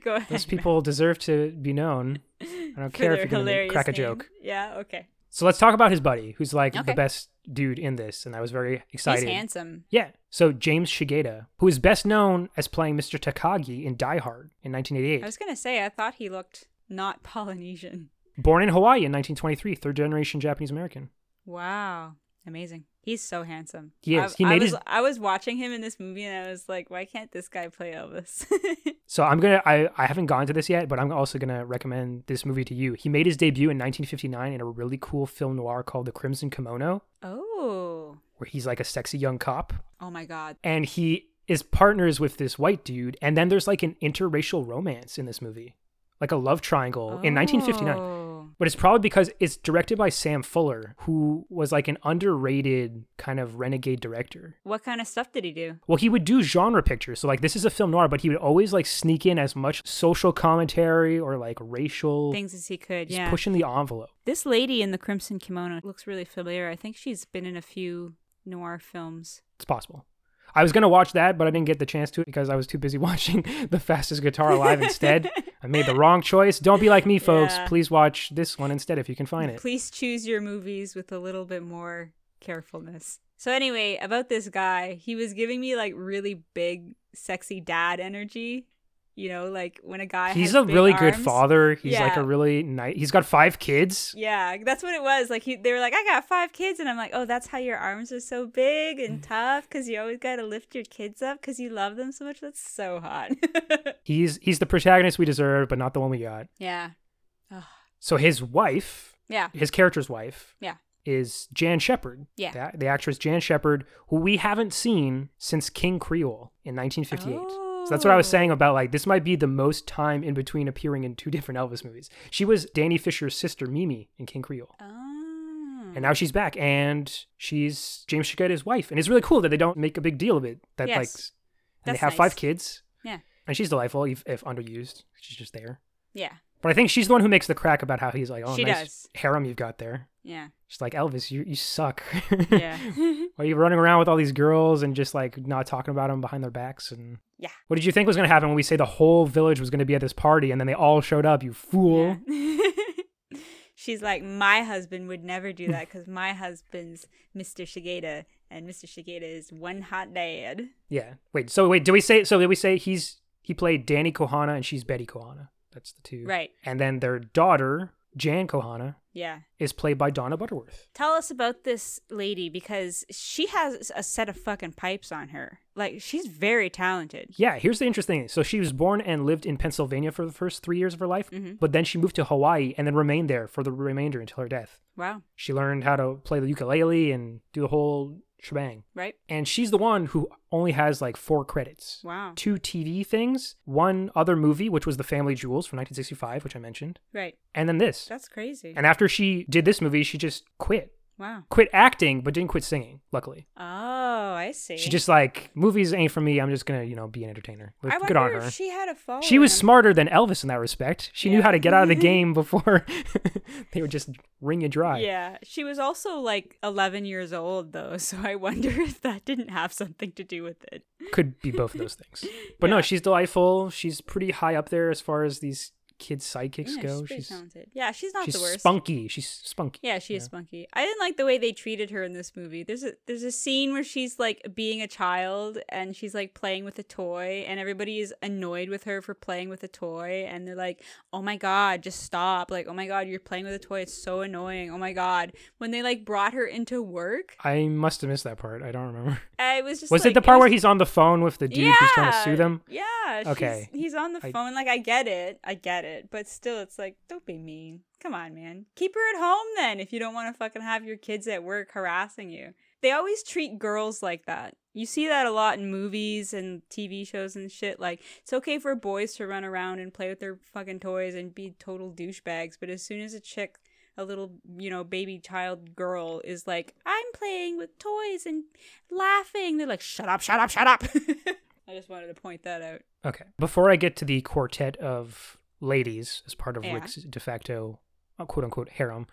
[SPEAKER 3] go ahead.
[SPEAKER 2] Those
[SPEAKER 3] Matt,
[SPEAKER 2] people deserve to be known. I don't
[SPEAKER 3] for
[SPEAKER 2] care if you're
[SPEAKER 3] their
[SPEAKER 2] gonna make-
[SPEAKER 3] hilarious
[SPEAKER 2] crack a
[SPEAKER 3] name.
[SPEAKER 2] joke.
[SPEAKER 3] Yeah. Okay.
[SPEAKER 2] So let's talk about his buddy, who's like
[SPEAKER 3] Okay.
[SPEAKER 2] the best dude in this, and I was very excited.
[SPEAKER 3] He's handsome.
[SPEAKER 2] Yeah. So James Shigeta, who is best known as playing Mr. Takagi in Die Hard in 1988,
[SPEAKER 3] I was gonna say I thought he looked not Polynesian.
[SPEAKER 2] born in Hawaii in 1923, third generation Japanese American.
[SPEAKER 3] Wow, amazing! He's so handsome.
[SPEAKER 2] He is.
[SPEAKER 3] I,
[SPEAKER 2] He
[SPEAKER 3] I
[SPEAKER 2] made
[SPEAKER 3] was,
[SPEAKER 2] his-
[SPEAKER 3] I was watching him in this movie, and I was like, why can't this guy play Elvis?
[SPEAKER 2] So I'm gonna I, I haven't gone to this yet, but I'm also gonna recommend this movie to you. He made his debut in 1959 in a really cool film noir called The Crimson Kimono,
[SPEAKER 3] oh,
[SPEAKER 2] where he's like a sexy young cop,
[SPEAKER 3] oh my God!
[SPEAKER 2] and he is partners with this white dude, and then there's like an interracial romance in this movie, like a love triangle in 1959.
[SPEAKER 3] Oh.
[SPEAKER 2] But it's probably because it's directed by Sam Fuller, who was like an underrated kind of renegade director.
[SPEAKER 3] What kind of stuff did he do?
[SPEAKER 2] Well, he would do genre pictures. So, like, this is a film noir, but he would always like sneak in as much social commentary or like racial.
[SPEAKER 3] Things as he could.
[SPEAKER 2] He's
[SPEAKER 3] Yeah.
[SPEAKER 2] pushing the envelope.
[SPEAKER 3] this lady in the crimson kimono looks really familiar. I think she's been in a few noir films.
[SPEAKER 2] It's possible. I was going to watch that, but I didn't get the chance to because I was too busy watching The Fastest Guitar Alive instead. I made the wrong choice. Don't be like me, folks.
[SPEAKER 3] Yeah.
[SPEAKER 2] Please watch this one instead if you can find it.
[SPEAKER 3] Please choose your movies with a little bit more carefulness. So anyway, about this guy, he was giving me like really big, sexy dad energy. You know, like when a guy
[SPEAKER 2] He's
[SPEAKER 3] has
[SPEAKER 2] a
[SPEAKER 3] big
[SPEAKER 2] really good
[SPEAKER 3] arms.
[SPEAKER 2] father. He's like a
[SPEAKER 3] Yeah.
[SPEAKER 2] really nice. He's got five kids.
[SPEAKER 3] Yeah, that's what it was. Like he, they were like, "I got five kids," and I'm like, "Oh, that's how your arms are so big and
[SPEAKER 2] Mm.
[SPEAKER 3] tough because you always got to lift your kids up because you love them so much." That's so hot.
[SPEAKER 2] He's he's the protagonist we deserve, but not the one we got.
[SPEAKER 3] yeah,
[SPEAKER 2] So his wife,
[SPEAKER 3] yeah,
[SPEAKER 2] his character's wife,
[SPEAKER 3] yeah.
[SPEAKER 2] is Jan Shepard.
[SPEAKER 3] Yeah.
[SPEAKER 2] The, the actress Jan Shepard, who we haven't seen since King Creole in 1958. So that's what I was
[SPEAKER 3] Oh.
[SPEAKER 2] saying about like this might be the most time in between appearing in two different Elvis movies. She was Danny Fisher's sister Mimi in King Creole.
[SPEAKER 3] Oh.
[SPEAKER 2] And now she's back and she's James Shigeta's wife. And it's really cool that they don't make a big deal of it. That
[SPEAKER 3] Yes.
[SPEAKER 2] like s- and
[SPEAKER 3] That's
[SPEAKER 2] they have
[SPEAKER 3] nice.
[SPEAKER 2] five kids.
[SPEAKER 3] Yeah.
[SPEAKER 2] And she's delightful if, if underused. She's just there.
[SPEAKER 3] yeah,
[SPEAKER 2] But I think she's the one who makes the crack about how he's like, oh,
[SPEAKER 3] She
[SPEAKER 2] nice
[SPEAKER 3] does.
[SPEAKER 2] harem you've got there.
[SPEAKER 3] yeah,
[SPEAKER 2] She's like, Elvis, you, you suck.
[SPEAKER 3] yeah.
[SPEAKER 2] Why are you running around with all these girls and just like not talking about them behind their backs? And
[SPEAKER 3] Yeah.
[SPEAKER 2] what did you think was going to happen when we say the whole village was going to be at this party and then they all showed up? You fool.
[SPEAKER 3] Yeah. She's like, my husband would never do that because my husband's Mr. Shigeta and Mr. Shigeta is one hot dad.
[SPEAKER 2] Yeah. Wait. So wait. Do we say? So did we say he's he played Danny Kohana and she's Betty Kohana? That's the two.
[SPEAKER 3] Right.
[SPEAKER 2] And then their daughter Jan Kohana
[SPEAKER 3] Yeah.
[SPEAKER 2] is played by Donna Butterworth.
[SPEAKER 3] Tell us about this lady because she has a set of fucking pipes on her. Like she's very talented.
[SPEAKER 2] Yeah. Here's the interesting thing. So she was born and lived in Pennsylvania for the first three years of her life,
[SPEAKER 3] Mm-hmm.
[SPEAKER 2] but then she moved to Hawaii and then remained there for the remainder until her death.
[SPEAKER 3] Wow.
[SPEAKER 2] She learned how to play the ukulele and do the whole shebang.
[SPEAKER 3] Right?
[SPEAKER 2] And she's the one who only has like four credits.
[SPEAKER 3] Wow.
[SPEAKER 2] Two TV things, one other movie, which was The Family Jewels from 1965, which I mentioned,
[SPEAKER 3] Right.
[SPEAKER 2] and then this.
[SPEAKER 3] That's crazy.
[SPEAKER 2] And after she did this movie, she just quit.
[SPEAKER 3] wow.
[SPEAKER 2] Quit acting, but didn't quit singing, luckily.
[SPEAKER 3] Oh, I see.
[SPEAKER 2] She just like, movies ain't for me. I'm just going to, you know, be an entertainer.
[SPEAKER 3] I
[SPEAKER 2] Good on
[SPEAKER 3] wonder
[SPEAKER 2] her.
[SPEAKER 3] if
[SPEAKER 2] She,
[SPEAKER 3] she had a phone.
[SPEAKER 2] was smarter than Elvis in that respect. She knew
[SPEAKER 3] Yeah.
[SPEAKER 2] how to get out of the game before they would just wring you dry.
[SPEAKER 3] Yeah, she was also like 11 years old though, so I wonder if that didn't have something to do with it.
[SPEAKER 2] Could be both of those things. But no,
[SPEAKER 3] Yeah.
[SPEAKER 2] she's delightful. She's pretty high up there as far as these kids' sidekicks
[SPEAKER 3] yeah,
[SPEAKER 2] go.
[SPEAKER 3] she's pretty talented. Yeah, she's not
[SPEAKER 2] she's
[SPEAKER 3] the worst.
[SPEAKER 2] spunky. She's spunky.
[SPEAKER 3] Yeah, she is spunky. I didn't like the way they treated her in this movie. There's a there's a scene where she's like being a child and she's like playing with a toy and everybody is annoyed with her for playing with a toy and they're like, "Oh my god, just stop." Like, "Oh my god, you're playing with a toy. It's so annoying." "Oh my god." When they like brought her into work,
[SPEAKER 2] I must have missed that part. I don't remember.
[SPEAKER 3] I was just
[SPEAKER 2] was
[SPEAKER 3] like,
[SPEAKER 2] it the part where
[SPEAKER 3] was-
[SPEAKER 2] he's on the phone with the dude who's trying to sue them?
[SPEAKER 3] Yeah. she's-
[SPEAKER 2] Okay.
[SPEAKER 3] He's on the
[SPEAKER 2] I-
[SPEAKER 3] phone. Like, I get it. I get it. But still, it's like, don't be mean. Come on, man. Keep her at home then if you don't want to fucking have your kids at work harassing you. They always treat girls like that. You see that a lot in movies and TV shows and shit. Like, it's okay for boys to run around and play with their fucking toys and be total douchebags. But as soon as a chick a little you know baby child girl is like i'm playing with toys and laughing they're like shut up shut up shut up i just wanted to point that out
[SPEAKER 2] Okay. Before I get to the quartet of ladies as part of
[SPEAKER 3] Yeah.
[SPEAKER 2] Rick's de facto uh, quote unquote harem,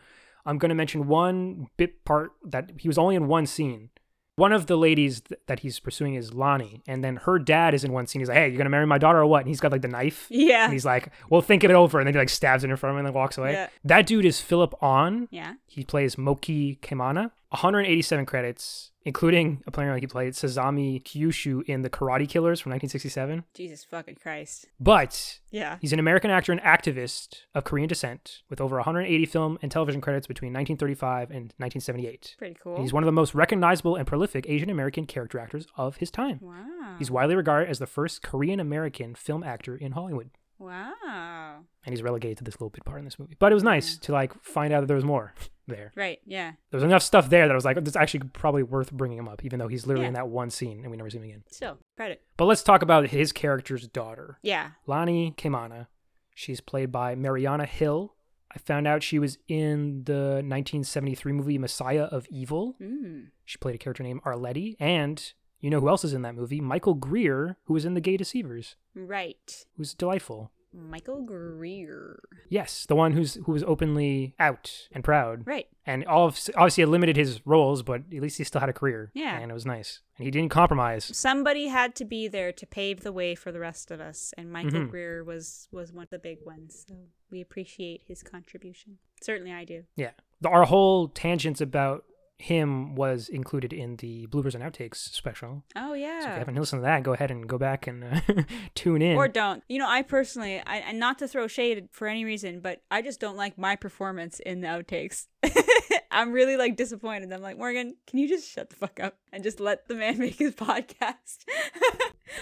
[SPEAKER 2] I'm going to mention one bit part that he was only in one scene. One of the ladies th- that he's pursuing is Lonnie, and then her dad is in one scene. He's like, "Hey, you're gonna marry my daughter or what?" And he's got like the knife,
[SPEAKER 3] yeah
[SPEAKER 2] and he's like, "Well, think it over." And then he like stabs it in front of him and then walks away.
[SPEAKER 3] Yeah.
[SPEAKER 2] That dude is Philip On.
[SPEAKER 3] yeah
[SPEAKER 2] He plays Moki Kemana. 187 credits, including apparently he played Sazami Kyushu in The Karate Killers from 1967.
[SPEAKER 3] jesus fucking christ
[SPEAKER 2] But
[SPEAKER 3] yeah
[SPEAKER 2] he's an American actor and activist of Korean descent with over 180 film and television credits between 1935 and 1978.
[SPEAKER 3] pretty
[SPEAKER 2] And
[SPEAKER 3] cool
[SPEAKER 2] He's one of the most recognizable and prolific Asian American character actors of his time.
[SPEAKER 3] wow
[SPEAKER 2] He's widely regarded as the first Korean American film actor in Hollywood.
[SPEAKER 3] wow
[SPEAKER 2] And he's relegated to this little bit part in this movie. But it was nice to like find out that there was more there.
[SPEAKER 3] right yeah
[SPEAKER 2] there's enough stuff there that I was like, it's actually probably worth bringing him up, even though he's literally in
[SPEAKER 3] Yeah.
[SPEAKER 2] that one scene and we never see him again.
[SPEAKER 3] so credit
[SPEAKER 2] But let's talk about his character's daughter,
[SPEAKER 3] yeah
[SPEAKER 2] Lani Kemana. She's played by Mariana Hill. I found out she was in the 1973 movie Messiah of Evil.
[SPEAKER 3] mm.
[SPEAKER 2] She played a character named Arletty, and you know who else is in that movie? Michael Greer, who was in The Gay Deceivers,
[SPEAKER 3] right
[SPEAKER 2] who's delightful.
[SPEAKER 3] michael greer
[SPEAKER 2] Yes, the one who's who was openly out and proud.
[SPEAKER 3] right
[SPEAKER 2] and all of, obviously it limited his roles, but at least he still had a career.
[SPEAKER 3] Yeah.
[SPEAKER 2] and it was nice, and he didn't compromise.
[SPEAKER 3] somebody had to be there to pave the way for the rest of us and michael
[SPEAKER 2] Mhm.
[SPEAKER 3] greer was was one of the big ones so we appreciate his contribution certainly i do
[SPEAKER 2] Yeah, the, our whole tangents about him was included in the bloopers and outtakes special.
[SPEAKER 3] oh
[SPEAKER 2] So if you
[SPEAKER 3] yeah
[SPEAKER 2] haven't listened to that, go ahead and go back and uh, tune in.
[SPEAKER 3] or don't you know i personally I, and not to throw shade for any reason but i just don't like my performance in the outtakes i'm really like disappointed i'm like morgan can you just shut the fuck up and just let the man make his podcast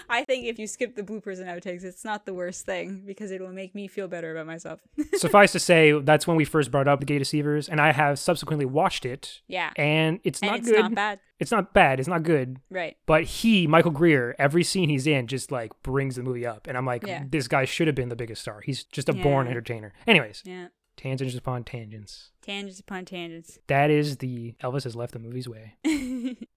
[SPEAKER 3] i think if you skip the bloopers and outtakes it's not the worst thing because it will make me feel better about myself
[SPEAKER 2] Suffice to say, that's when we first brought up the Gay Deceivers, and I have subsequently watched it,
[SPEAKER 3] yeah
[SPEAKER 2] and it's
[SPEAKER 3] and
[SPEAKER 2] not
[SPEAKER 3] it's
[SPEAKER 2] good.
[SPEAKER 3] not bad
[SPEAKER 2] It's not bad. It's not good.
[SPEAKER 3] right
[SPEAKER 2] But he, Michael Greer, every scene he's in just like brings the movie up. And I'm like,
[SPEAKER 3] Yeah.
[SPEAKER 2] this guy should have been the biggest star. He's just a born
[SPEAKER 3] Yeah.
[SPEAKER 2] entertainer. Anyways,
[SPEAKER 3] yeah
[SPEAKER 2] tangents upon tangents.
[SPEAKER 3] tangents upon tangents
[SPEAKER 2] That is the Elvis has left the movie's way.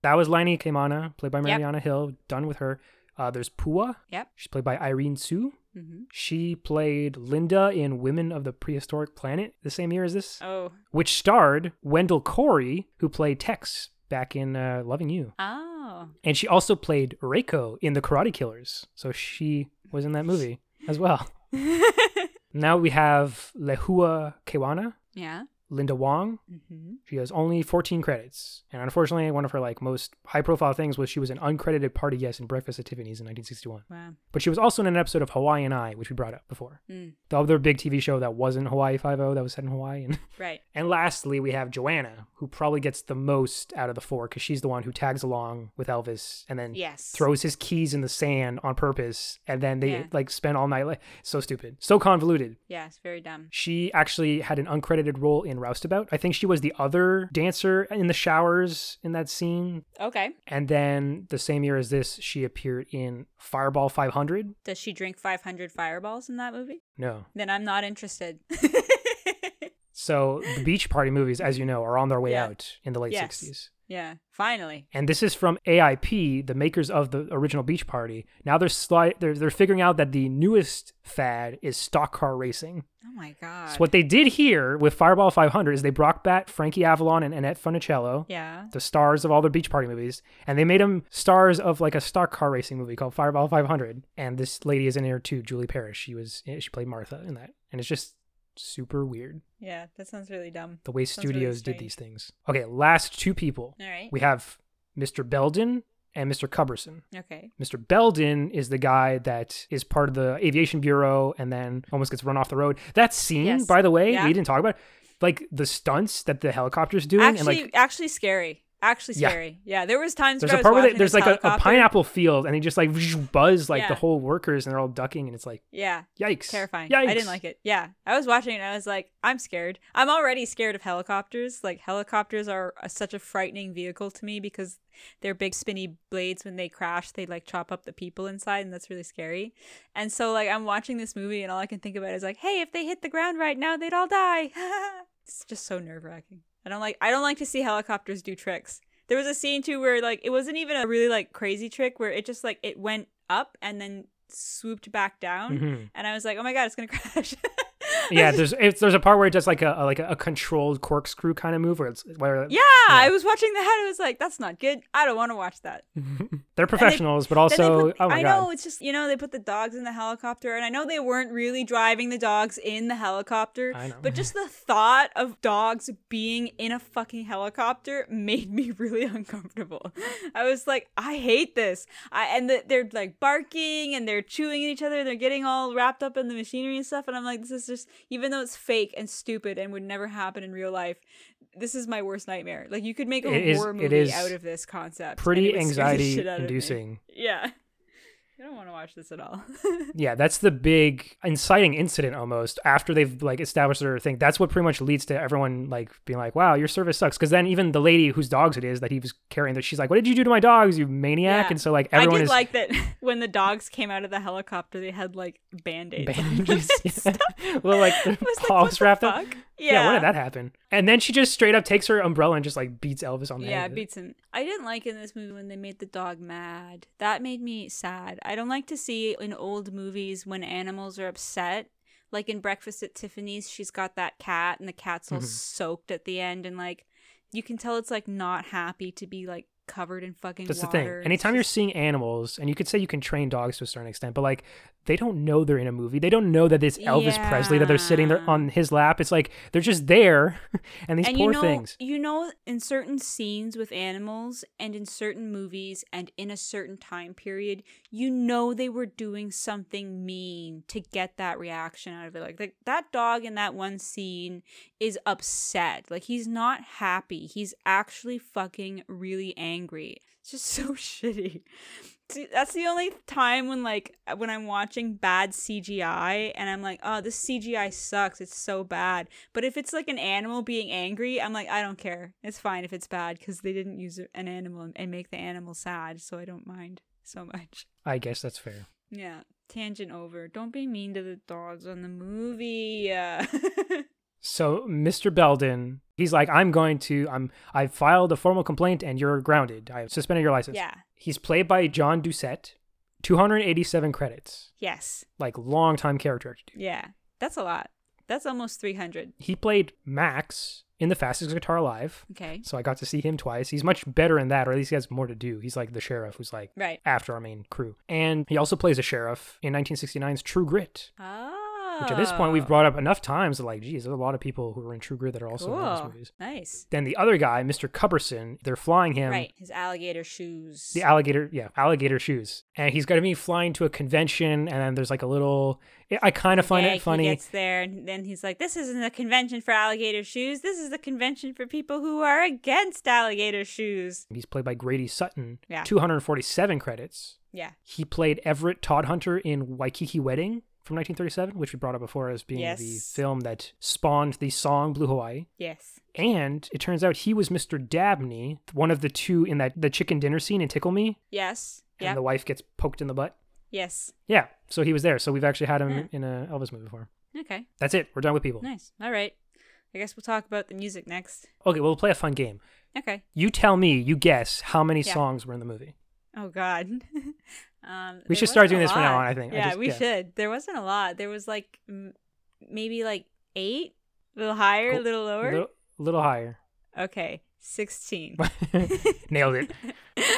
[SPEAKER 2] that was Lainey Kaimana, played by
[SPEAKER 3] Yep.
[SPEAKER 2] Mariana Hill. Done with her. Uh, there's Pua.
[SPEAKER 3] Yep.
[SPEAKER 2] She's played by Irene Sue.
[SPEAKER 3] hmm
[SPEAKER 2] She played Linda in Women of the Prehistoric Planet the same year as this,
[SPEAKER 3] oh
[SPEAKER 2] which starred Wendell Corey, who played Tex back in uh, Loving You.
[SPEAKER 3] oh
[SPEAKER 2] And she also played Reiko in The Karate Killers. So she was in that movie as well. now we have Lehua Kewana,
[SPEAKER 3] yeah
[SPEAKER 2] Linda Wong.
[SPEAKER 3] Mm-hmm.
[SPEAKER 2] She has only 14 credits, and unfortunately, one of her like most high-profile things was she was an uncredited party guest in Breakfast at Tiffany's in 1961.
[SPEAKER 3] Wow.
[SPEAKER 2] But she was also in an episode of Hawaiian Eye, which we brought up before.
[SPEAKER 3] Mm.
[SPEAKER 2] The other big TV show that wasn't Hawaii Five-O, that was set in Hawaii. And,
[SPEAKER 3] Right.
[SPEAKER 2] and lastly, we have Joanna, who probably gets the most out of the four because she's the one who tags along with Elvis and then
[SPEAKER 3] Yes.
[SPEAKER 2] throws his keys in the sand on purpose, and then they
[SPEAKER 3] Yeah.
[SPEAKER 2] like spend all night. Like, so stupid, so convoluted.
[SPEAKER 3] Yeah, it's very dumb.
[SPEAKER 2] She actually had an uncredited role in Roustabout. I think she was the other dancer in the showers in that scene.
[SPEAKER 3] Okay.
[SPEAKER 2] And then the same year as this, she appeared in Fireball 500.
[SPEAKER 3] Does she drink 500 fireballs in that movie?
[SPEAKER 2] No.
[SPEAKER 3] Then I'm not interested.
[SPEAKER 2] So the Beach Party movies, as you know, are on their way
[SPEAKER 3] Yeah.
[SPEAKER 2] out in the late
[SPEAKER 3] Yes.
[SPEAKER 2] 60s.
[SPEAKER 3] yeah, finally.
[SPEAKER 2] And this is from AIP, the makers of the original Beach Party. Now they're, sli- they're, they're figuring out that the newest fad is stock car racing.
[SPEAKER 3] Oh my god.
[SPEAKER 2] So what they did here with Fireball 500 is they brought back Frankie Avalon and Annette Funicello.
[SPEAKER 3] yeah.
[SPEAKER 2] the stars of all the beach party movies, and they made them stars of like a stock car racing movie called Fireball 500. And this lady is in here too, Julie Parrish. She was she played Martha in that, and it's just super weird
[SPEAKER 3] Yeah, that sounds really dumb.
[SPEAKER 2] the way
[SPEAKER 3] Sounds really
[SPEAKER 2] studios did
[SPEAKER 3] strange.
[SPEAKER 2] these things. Okay, last two people.
[SPEAKER 3] All right.
[SPEAKER 2] We have Mr. Belden and Mr. Cuberson.
[SPEAKER 3] okay.
[SPEAKER 2] Mr. Belden is the guy that is part of the aviation bureau and then almost gets run off the road. That scene,
[SPEAKER 3] Yes.
[SPEAKER 2] by the way,
[SPEAKER 3] Yeah.
[SPEAKER 2] we didn't talk about, like the stunts that the helicopter's doing, and
[SPEAKER 3] Actually
[SPEAKER 2] like
[SPEAKER 3] actually scary. Actually
[SPEAKER 2] Yeah.
[SPEAKER 3] scary. Yeah, there was times
[SPEAKER 2] There's
[SPEAKER 3] where
[SPEAKER 2] a
[SPEAKER 3] I was
[SPEAKER 2] part where they,
[SPEAKER 3] watching
[SPEAKER 2] there's
[SPEAKER 3] this
[SPEAKER 2] like a, a
[SPEAKER 3] helicopter.
[SPEAKER 2] pineapple field, and they just like buzz like the
[SPEAKER 3] Yeah.
[SPEAKER 2] whole workers, and they're all ducking, and it's like
[SPEAKER 3] Yeah,
[SPEAKER 2] yikes,
[SPEAKER 3] terrifying.
[SPEAKER 2] Yikes.
[SPEAKER 3] I didn't like it. Yeah, I was watching it and I was like, I'm scared. I'm already scared of helicopters. Like, helicopters are a, such a frightening vehicle to me because their big spinny blades, when they crash, they like chop up the people inside, and that's really scary. And so, like, I'm watching this movie and all I can think about is like, hey, if they hit the ground right now, they'd all die. it's just so nerve wracking. I don't like. I don't like to see helicopters do tricks. There was a scene too where like it wasn't even a really like crazy trick where it just like it went up and then swooped back down
[SPEAKER 2] Mhm.
[SPEAKER 3] and I was like, "Oh my god, it's gonna crash!"
[SPEAKER 2] Yeah, there's it's, there's a part where it does like a, a- like a, controlled corkscrew kind of move, where it's where
[SPEAKER 3] yeah, I was watching that. I was like, "That's not good. I don't want to watch that."
[SPEAKER 2] they're professionals, but
[SPEAKER 3] Then they
[SPEAKER 2] also
[SPEAKER 3] put-
[SPEAKER 2] oh my
[SPEAKER 3] I
[SPEAKER 2] god,
[SPEAKER 3] know it's just you know they put the dogs in the helicopter, and I know they weren't really driving the dogs in the helicopter,
[SPEAKER 2] I know.
[SPEAKER 3] but just the thought of dogs being in a fucking helicopter made me really uncomfortable. I was like, "I hate this." I and the, they're like barking and they're chewing at each other. They're getting all wrapped up in the machinery and stuff, and I'm like, "This is just even though it's fake and stupid and would never happen in real life." This is my worst nightmare. Like you could make a
[SPEAKER 2] It is-
[SPEAKER 3] horror
[SPEAKER 2] it
[SPEAKER 3] movie
[SPEAKER 2] is
[SPEAKER 3] out of this concept. and it
[SPEAKER 2] pretty
[SPEAKER 3] would scare the
[SPEAKER 2] anxiety
[SPEAKER 3] shit out of me.
[SPEAKER 2] inducing.
[SPEAKER 3] Yeah. I don't want to watch this at all.
[SPEAKER 2] Yeah, that's the big inciting incident almost after they've like established their thing. That's what pretty much leads to everyone like being like, "Wow, your service sucks." Because then even the lady whose dogs it is that he was carrying, that she's like, "What did you do to my dogs, you maniac?"
[SPEAKER 3] Yeah.
[SPEAKER 2] And so like
[SPEAKER 3] I
[SPEAKER 2] everyone
[SPEAKER 3] did
[SPEAKER 2] is
[SPEAKER 3] like that when the dogs came out of the helicopter, they had like band aids.
[SPEAKER 2] bandages. yeah. well, like their paws wrapped up.
[SPEAKER 3] Yeah.
[SPEAKER 2] when did that happen? And then she just straight up takes her umbrella and just like beats Elvis on the
[SPEAKER 3] Yeah,
[SPEAKER 2] head.
[SPEAKER 3] it beats him. I didn't like in this movie when they made the dog mad. That made me sad. I don't like to see in old movies when animals are upset. Like in Breakfast at Tiffany's, she's got that cat and the cat's all
[SPEAKER 2] Mhm.
[SPEAKER 3] soaked at the end and like you can tell it's like not happy to be like covered in fucking
[SPEAKER 2] That's the
[SPEAKER 3] water.
[SPEAKER 2] thing.
[SPEAKER 3] It's
[SPEAKER 2] Anytime you're
[SPEAKER 3] just-
[SPEAKER 2] seeing animals, and you could say you can train dogs to a certain extent, but like they don't know they're in a movie. They don't know that it's Elvis Presley that they're sitting there
[SPEAKER 3] Yeah.
[SPEAKER 2] on his lap. It's like they're just there, and these
[SPEAKER 3] and
[SPEAKER 2] poor
[SPEAKER 3] you know,
[SPEAKER 2] things.
[SPEAKER 3] You know, in certain scenes with animals and in certain movies and in a certain time period, you know they were doing something mean to get that reaction out of it. Like, like that dog in that one scene is upset. Like he's not happy. He's actually fucking really angry. It's just so shitty. See, that's the only time when like when I'm watching bad CGI and I'm like, oh, this CGI sucks. It's so bad. But if it's like an animal being angry, I'm like, I don't care. It's fine if it's bad because they didn't use an animal and make the animal sad, so I don't mind so much.
[SPEAKER 2] I guess that's fair.
[SPEAKER 3] Yeah. Tangent over. Don't be mean to the dogs on the movie.
[SPEAKER 2] So Mr. Belden, he's like, I'm going to, I'm, I filed a formal complaint, and you're grounded. I suspended your license.
[SPEAKER 3] yeah.
[SPEAKER 2] He's played by John Doucette, 287 credits,
[SPEAKER 3] Yes.
[SPEAKER 2] like long time character actor. dude.
[SPEAKER 3] Yeah. That's a lot. That's almost 300.
[SPEAKER 2] He played Max in The Fastest Guitar Live,
[SPEAKER 3] Okay.
[SPEAKER 2] so I got to see him twice. He's much better in that, or at least he has more to do. He's like the sheriff who's like
[SPEAKER 3] Right.
[SPEAKER 2] after our main crew. And he also plays a sheriff in 1969's True Grit.
[SPEAKER 3] Oh.
[SPEAKER 2] Which at this point we've brought up enough times that like, geez, there's a lot of people who were in True Grit that are also in those
[SPEAKER 3] Cool.
[SPEAKER 2] movies.
[SPEAKER 3] Nice.
[SPEAKER 2] Then the other guy, Mr. Cubberson, they're flying him
[SPEAKER 3] Right. His alligator shoes.
[SPEAKER 2] the alligator yeah alligator shoes and he's going to be flying to a convention and then there's like a little i I kind of find
[SPEAKER 3] Yeah,
[SPEAKER 2] it funny
[SPEAKER 3] He gets there and then he's like, "This isn't a convention for alligator shoes. This is a convention for people who are against alligator shoes."
[SPEAKER 2] he's played by grady sutton
[SPEAKER 3] Yeah.
[SPEAKER 2] 247 credits
[SPEAKER 3] Yeah.
[SPEAKER 2] he played everett todd hunter in waikiki wedding from 1937 which we brought up before as being the
[SPEAKER 3] Yes.
[SPEAKER 2] film that spawned the song blue hawaii
[SPEAKER 3] Yes.
[SPEAKER 2] and it turns out he was mr dabney one of the two in that the chicken dinner scene in tickle me
[SPEAKER 3] Yes.
[SPEAKER 2] and
[SPEAKER 3] Yeah.
[SPEAKER 2] the wife gets poked in the butt
[SPEAKER 3] yes.
[SPEAKER 2] yeah so he was there so we've actually had him
[SPEAKER 3] Yeah.
[SPEAKER 2] in a elvis movie before
[SPEAKER 3] Okay.
[SPEAKER 2] that's it we're done with people
[SPEAKER 3] Hmm. Nice. All right. I guess we'll talk about the music next.
[SPEAKER 2] okay we'll play a fun game
[SPEAKER 3] Okay.
[SPEAKER 2] You tell me, you guess how many
[SPEAKER 3] Yeah.
[SPEAKER 2] songs were in the movie.
[SPEAKER 3] Oh God. um,
[SPEAKER 2] We
[SPEAKER 3] there
[SPEAKER 2] should start
[SPEAKER 3] wasn't
[SPEAKER 2] doing
[SPEAKER 3] a
[SPEAKER 2] this from now
[SPEAKER 3] lot.
[SPEAKER 2] on, I think. I
[SPEAKER 3] Yeah,
[SPEAKER 2] just-
[SPEAKER 3] we
[SPEAKER 2] yeah.
[SPEAKER 3] should. There wasn't a lot. There was like m- maybe like eight, a little higher,
[SPEAKER 2] Cool.
[SPEAKER 3] a little
[SPEAKER 2] A
[SPEAKER 3] lower.
[SPEAKER 2] little, little higher.
[SPEAKER 3] Okay, sixteen.
[SPEAKER 2] Nailed it.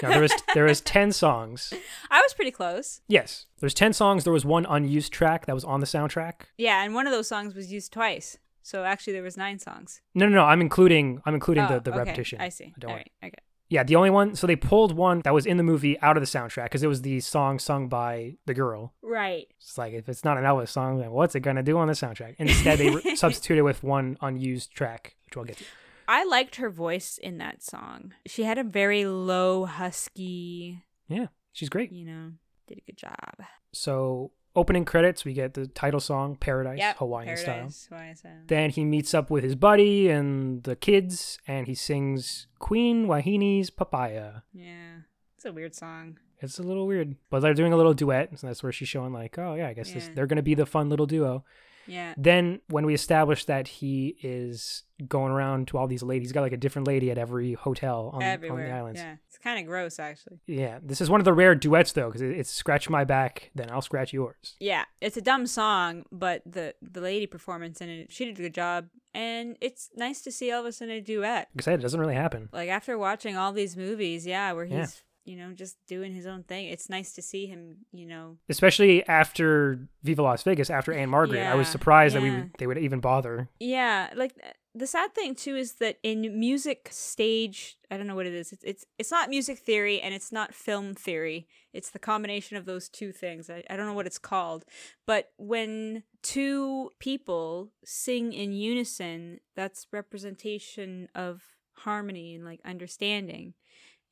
[SPEAKER 2] No, there was there was 10 songs.
[SPEAKER 3] I was pretty close.
[SPEAKER 2] Yes. There was 10 songs. There was one unused track that was on the soundtrack.
[SPEAKER 3] Yeah, and one of those songs was used twice. So actually, there was nine songs.
[SPEAKER 2] No, no, no. I'm including I'm including
[SPEAKER 3] Oh,
[SPEAKER 2] the, the
[SPEAKER 3] okay.
[SPEAKER 2] repetition.
[SPEAKER 3] I see.
[SPEAKER 2] don't
[SPEAKER 3] All
[SPEAKER 2] worry.
[SPEAKER 3] right. Okay.
[SPEAKER 2] Yeah, the only one so they pulled one that was in the movie out of the soundtrack cuz it was the song sung by the girl.
[SPEAKER 3] Right.
[SPEAKER 2] It's like if it's not an Elvis song, then what's it going to do on the soundtrack? Instead, they re- substituted with one unused track, which we'll get to.
[SPEAKER 3] I liked her voice in that song. She had a very low, husky.
[SPEAKER 2] Yeah. She's great.
[SPEAKER 3] You know, did a good job.
[SPEAKER 2] So opening credits, we get the title song "Paradise,"
[SPEAKER 3] Yep,
[SPEAKER 2] Hawaiian style.
[SPEAKER 3] Paradise, Hawaiian style.
[SPEAKER 2] Then he meets up with his buddy and the kids, and he sings "Queen Wahini's Papaya."
[SPEAKER 3] yeah, it's a weird song.
[SPEAKER 2] It's a little weird, but they're doing a little duet, so that's where she's showing like, "Oh yeah, I guess this,
[SPEAKER 3] Yeah.
[SPEAKER 2] they're gonna be the fun little duo."
[SPEAKER 3] Yeah.
[SPEAKER 2] Then when we establish that he is going around to all these ladies, he's got like a different lady at every hotel on, on
[SPEAKER 3] Everywhere.
[SPEAKER 2] the islands.
[SPEAKER 3] Yeah. It's kind of gross, actually.
[SPEAKER 2] Yeah, this is one of the rare duets though, because it's "Scratch My Back, Then I'll Scratch Yours."
[SPEAKER 3] Yeah, it's a dumb song, but the the lady performance in it, she did a good job, and it's nice to see Elvis in a duet.
[SPEAKER 2] Like I said, it doesn't really happen.
[SPEAKER 3] Like after watching all these movies, yeah, where he's
[SPEAKER 2] Mm-hmm. Yeah.
[SPEAKER 3] you know just doing his own thing, it's nice to see him. You know,
[SPEAKER 2] especially after Viva Las Vegas, after Anne Margaret. I was
[SPEAKER 3] Yeah,
[SPEAKER 2] surprised that we
[SPEAKER 3] yeah.
[SPEAKER 2] would, they would even bother.
[SPEAKER 3] yeah, like. uh, The sad thing too is that in music stage, I don't know what it is. It's it's it's not music theory and it's not film theory. It's the combination of those two things. I, I don't know what it's called, but when two people sing in unison that's representation of harmony and like understanding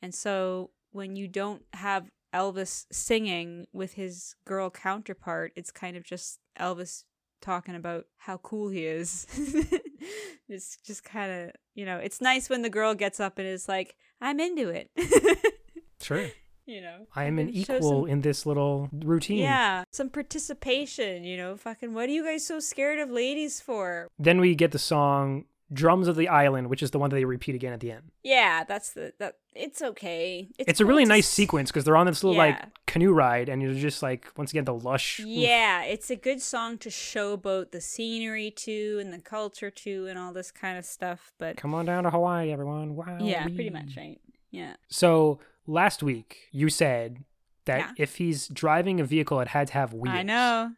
[SPEAKER 3] and so when you don't have elvis singing with his girl counterpart it's kind of just elvis talking about how cool he is it's just kind of you know it's nice when the girl gets up and is like i'm into it
[SPEAKER 2] Sure,
[SPEAKER 3] you know
[SPEAKER 2] I am an
[SPEAKER 3] It shows
[SPEAKER 2] equal
[SPEAKER 3] some
[SPEAKER 2] in this little routine.
[SPEAKER 3] yeah, some participation, you know, fucking what are you guys so scared of ladies for?
[SPEAKER 2] Then we get the song "Drums of the Island," which is the one that they repeat again at the end.
[SPEAKER 3] Yeah, that's the that it's okay.
[SPEAKER 2] It's, a really
[SPEAKER 3] cool to
[SPEAKER 2] nice
[SPEAKER 3] s-
[SPEAKER 2] sequence because they're on this little like
[SPEAKER 3] Yeah.
[SPEAKER 2] canoe ride, and you're just like once again the lush.
[SPEAKER 3] Yeah, it's a good song to showboat the scenery to and the culture to and all this kind of stuff, but
[SPEAKER 2] Come on down to Hawaii, everyone! Wow.
[SPEAKER 3] yeah, pretty much, right? Yeah.
[SPEAKER 2] So last week you said that
[SPEAKER 3] Yeah.
[SPEAKER 2] if he's driving a vehicle, it had to have wheels.
[SPEAKER 3] I know.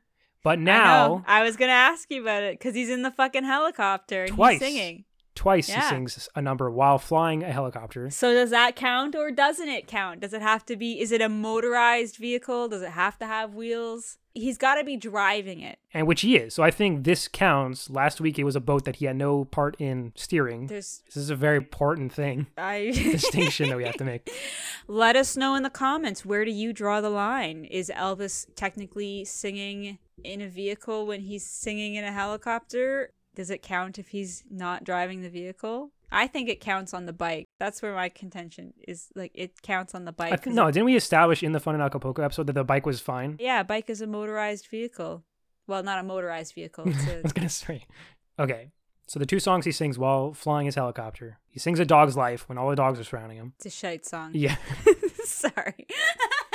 [SPEAKER 2] But
[SPEAKER 3] I
[SPEAKER 2] now
[SPEAKER 3] know. I, was going to ask you about it cuz he's in the fucking helicopter and
[SPEAKER 2] Twice.
[SPEAKER 3] he's singing.
[SPEAKER 2] twice
[SPEAKER 3] Yeah.
[SPEAKER 2] he sings a number while flying a helicopter.
[SPEAKER 3] So does that count or doesn't it count? Does it have to be is it a motorized vehicle? Does it have to have wheels? He's got to be driving it.
[SPEAKER 2] and which he is. So I think this counts. Last week it was a boat that he had no part in steering.
[SPEAKER 3] There's
[SPEAKER 2] this is a very important thing
[SPEAKER 3] I
[SPEAKER 2] distinction that we have to make.
[SPEAKER 3] Let us know in the comments where do you draw the line? Is Elvis technically singing in a vehicle when he's singing in a helicopter? Does it count if he's not driving the vehicle? I think it counts on the bike. That's where my contention is like it counts on the bike.
[SPEAKER 2] I th- no, didn't we establish in the Fun in Acapulco episode that the bike was fine?
[SPEAKER 3] Yeah, a bike is a motorized vehicle. Well, not a motorized vehicle. It's
[SPEAKER 2] I
[SPEAKER 3] a
[SPEAKER 2] was gonna say. Okay, so the two songs he sings while flying his helicopter. He sings a dog's life when all the dogs are surrounding him.
[SPEAKER 3] It's a shite song.
[SPEAKER 2] Yeah,
[SPEAKER 3] Sorry.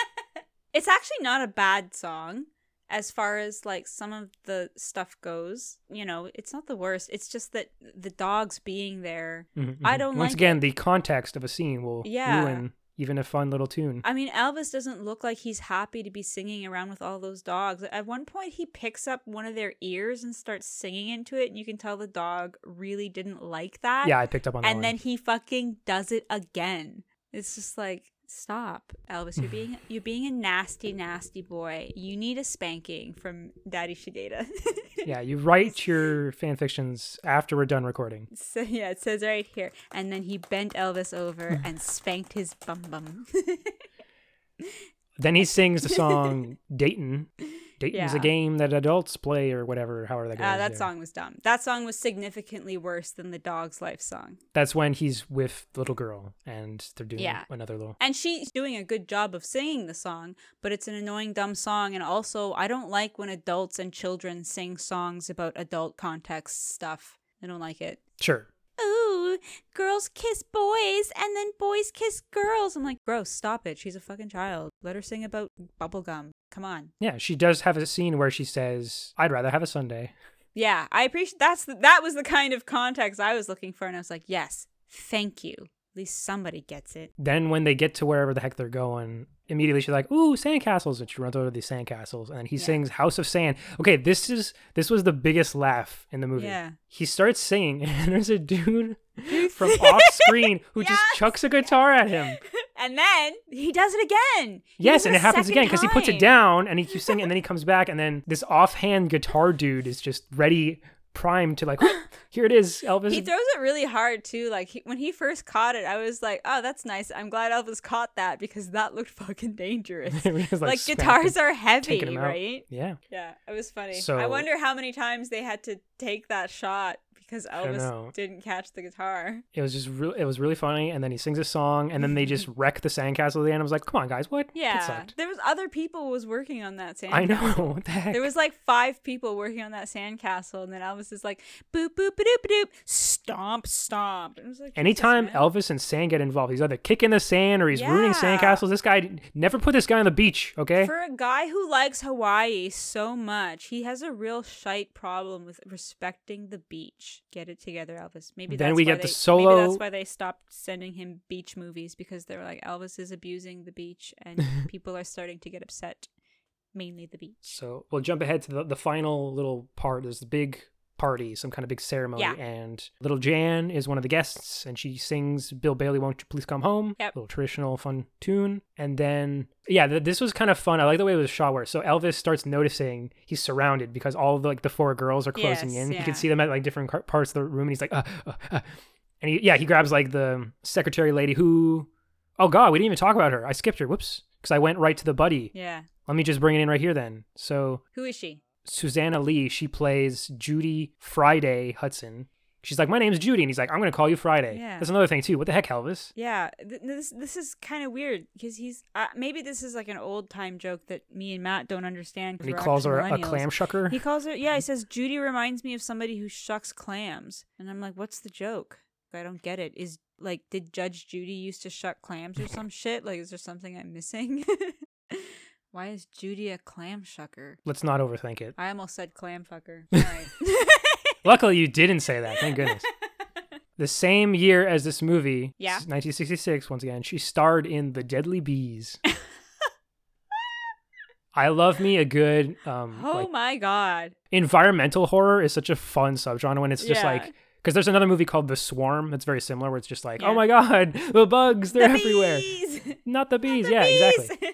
[SPEAKER 3] it's actually not a bad song as far as like some of the stuff goes. You know, it's not the worst. It's just that the dogs being there.
[SPEAKER 2] Mhm,
[SPEAKER 3] I
[SPEAKER 2] mhm.
[SPEAKER 3] don't
[SPEAKER 2] Once
[SPEAKER 3] like
[SPEAKER 2] again, the context of a scene will
[SPEAKER 3] Yeah.
[SPEAKER 2] ruin even a fun little tune.
[SPEAKER 3] I mean, Elvis doesn't look like he's happy to be singing around with all those dogs. At one point, he picks up one of their ears and starts singing into it, and you can tell the dog really didn't like that.
[SPEAKER 2] yeah, I picked up on that.
[SPEAKER 3] and
[SPEAKER 2] one.
[SPEAKER 3] then he fucking does it again. It's just like, stop, Elvis. You're being you're being a nasty, nasty boy. You need a spanking from Daddy Shigeta.
[SPEAKER 2] yeah, you write your fan fictions after we're done recording.
[SPEAKER 3] so yeah, it says right here. And then he bent Elvis over and spanked his bum bum.
[SPEAKER 2] Then he sings the song Dayton. Dayton's a
[SPEAKER 3] Yeah.
[SPEAKER 2] game that adults play or whatever, however that goes.
[SPEAKER 3] Ah, that
[SPEAKER 2] yeah.
[SPEAKER 3] song was dumb. That song was significantly worse than the Dog's Life song.
[SPEAKER 2] That's when he's with the little girl and they're doing
[SPEAKER 3] Yeah.
[SPEAKER 2] another little.
[SPEAKER 3] And she's doing a good job of singing the song, but it's an annoying, dumb song. And also, I don't like when adults and children sing songs about adult context stuff. I don't like it.
[SPEAKER 2] Sure.
[SPEAKER 3] Ooh, girls kiss boys and then boys kiss girls. I'm like, gross, stop it. She's a fucking child. Let her sing about bubblegum. Come on.
[SPEAKER 2] Yeah, she does have a scene where she says, I'd rather have a Sunday.
[SPEAKER 3] Yeah, I appreciate that's the, that was the kind of context I was looking for. And I was like, yes, thank you. At least somebody gets it.
[SPEAKER 2] Then when they get to wherever the heck they're going, immediately she's like, "Ooh, sandcastles!" and she runs over to these sandcastles, and he
[SPEAKER 3] Yeah.
[SPEAKER 2] sings "House of Sand." Okay, this is this was the biggest laugh in the movie.
[SPEAKER 3] Yeah.
[SPEAKER 2] He starts singing, and there's a dude from off screen who
[SPEAKER 3] Yes.
[SPEAKER 2] just chucks a guitar at him.
[SPEAKER 3] And then he does it again. He
[SPEAKER 2] Yes,
[SPEAKER 3] does
[SPEAKER 2] and
[SPEAKER 3] a
[SPEAKER 2] it happens
[SPEAKER 3] second
[SPEAKER 2] again because he puts it
[SPEAKER 3] time.
[SPEAKER 2] down and he keeps singing, and then he comes back, and then this offhand guitar dude is just ready, primed to like, here it is, Elvis.
[SPEAKER 3] He throws it really hard too. Like he, when he first caught it, I was like, "Oh, that's nice. I'm glad Elvis caught that because that looked fucking dangerous."
[SPEAKER 2] He was, like,
[SPEAKER 3] like
[SPEAKER 2] smacking-
[SPEAKER 3] guitars are heavy,
[SPEAKER 2] taking him out.
[SPEAKER 3] right?
[SPEAKER 2] yeah,
[SPEAKER 3] Yeah, it was funny. I
[SPEAKER 2] So-
[SPEAKER 3] wonder how many times they had to take that shot because
[SPEAKER 2] don't know.
[SPEAKER 3] Elvis didn't catch the guitar.
[SPEAKER 2] it was just real. It was really funny, and then he sings a song, and then they just wreck the sandcastle at the end. I was like, come on, guys, what? That
[SPEAKER 3] Yeah,
[SPEAKER 2] sucked.
[SPEAKER 3] there was other people was working on that sand.
[SPEAKER 2] I know what the heck.
[SPEAKER 3] There was like five people working on that sandcastle, and then Elvis is like, boop, boop, doop, doop, stomp, stomp. And I was like,
[SPEAKER 2] Anytime
[SPEAKER 3] Jesus, man.
[SPEAKER 2] Elvis and sand get involved, he's either kicking the sand or he's ruining
[SPEAKER 3] Yeah.
[SPEAKER 2] sandcastles. This guy never put this guy on the beach. Okay,
[SPEAKER 3] For a guy who likes Hawaii so much, he has a real shite problem with respecting the beach. Get it together, Elvis. Maybe
[SPEAKER 2] Then
[SPEAKER 3] that's
[SPEAKER 2] we
[SPEAKER 3] why
[SPEAKER 2] get the
[SPEAKER 3] they,
[SPEAKER 2] solo-
[SPEAKER 3] Maybe that's why they stopped sending him beach movies because they were like Elvis is abusing the beach, and people are starting to get upset. Mainly the beach.
[SPEAKER 2] so we'll jump ahead to the, the final little part. There's the big party, some kind of big ceremony,
[SPEAKER 3] Yeah.
[SPEAKER 2] and little Jan is one of the guests, and she sings "Bill Bailey, won't you please come home?"
[SPEAKER 3] Yep.
[SPEAKER 2] Little traditional fun tune, and then yeah, th- this was kind of fun. I like the way it was shot. Where so Elvis starts noticing he's surrounded because all the, like the four girls are closing
[SPEAKER 3] Yes,
[SPEAKER 2] in. He
[SPEAKER 3] yeah.
[SPEAKER 2] can see them at like different car- parts of the room, and he's like, uh, uh, uh. and he yeah, he grabs like the secretary lady who. Oh God, we didn't even talk about her. I skipped her. Whoops, because I went right to the buddy.
[SPEAKER 3] Yeah.
[SPEAKER 2] Let me just bring it in right here then. So
[SPEAKER 3] Who is she?
[SPEAKER 2] Susanna Lee, she plays Judy Friday Hudson. She's like, my name's Judy, and he's like, I'm gonna call you Friday.
[SPEAKER 3] Yeah.
[SPEAKER 2] That's another thing too. What the heck, Elvis?
[SPEAKER 3] Yeah, th- this this is kind of weird because he's uh, maybe this is like an old time joke that me and Matt don't understand. 'cause
[SPEAKER 2] And he
[SPEAKER 3] we're
[SPEAKER 2] calls her
[SPEAKER 3] actually
[SPEAKER 2] a
[SPEAKER 3] millennials.
[SPEAKER 2] clam shucker.
[SPEAKER 3] He calls her. Yeah, he says Judy reminds me of somebody who shucks clams, and I'm like, what's the joke? I don't get it. Is like, did Judge Judy used to shuck clams or some shit? Like, is there something I'm missing? Why is Judy a clam shucker?
[SPEAKER 2] Let's not overthink it.
[SPEAKER 3] I almost said clam fucker. All right.
[SPEAKER 2] Luckily, you didn't say that. Thank goodness. The same year as this movie,
[SPEAKER 3] Yeah.
[SPEAKER 2] 1966, once again, she starred in The Deadly Bees. I love me a good um,
[SPEAKER 3] oh
[SPEAKER 2] like,
[SPEAKER 3] my god.
[SPEAKER 2] environmental horror is such a fun subgenre when it's just
[SPEAKER 3] Yeah.
[SPEAKER 2] like because there's another movie called The Swarm that's very similar where it's just like,
[SPEAKER 3] Yeah.
[SPEAKER 2] oh my god, the bugs, they're
[SPEAKER 3] The
[SPEAKER 2] everywhere.
[SPEAKER 3] bees!
[SPEAKER 2] Not the bees,
[SPEAKER 3] The
[SPEAKER 2] yeah,
[SPEAKER 3] bees!
[SPEAKER 2] exactly.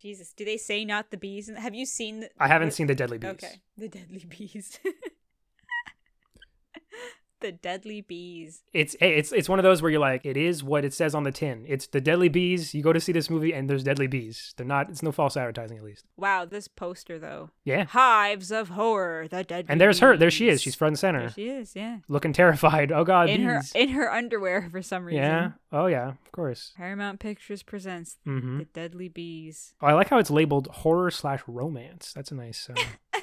[SPEAKER 3] Jesus, do they say not the bees? Have you seen? The,
[SPEAKER 2] I haven't
[SPEAKER 3] the-
[SPEAKER 2] seen The Deadly Bees.
[SPEAKER 3] Okay. The deadly bees. the deadly bees.
[SPEAKER 2] It's hey, it's it's one of those where you're like, it is what it says on the tin. It's the Deadly Bees. You go to see this movie and there's deadly bees. They're not. It's no false advertising, at least.
[SPEAKER 3] Wow, this poster though.
[SPEAKER 2] Yeah.
[SPEAKER 3] Hives of horror, the deadly
[SPEAKER 2] And there's her. There she is.
[SPEAKER 3] bees.
[SPEAKER 2] She's front and center,
[SPEAKER 3] There she is, yeah.
[SPEAKER 2] looking terrified. Oh god,
[SPEAKER 3] In her
[SPEAKER 2] bees.
[SPEAKER 3] in her underwear for some reason.
[SPEAKER 2] yeah. Oh yeah. Of course.
[SPEAKER 3] Paramount Pictures presents
[SPEAKER 2] hmm
[SPEAKER 3] The Deadly Bees.
[SPEAKER 2] Oh, I like how it's labeled horror slash romance. That's a nice. Uh,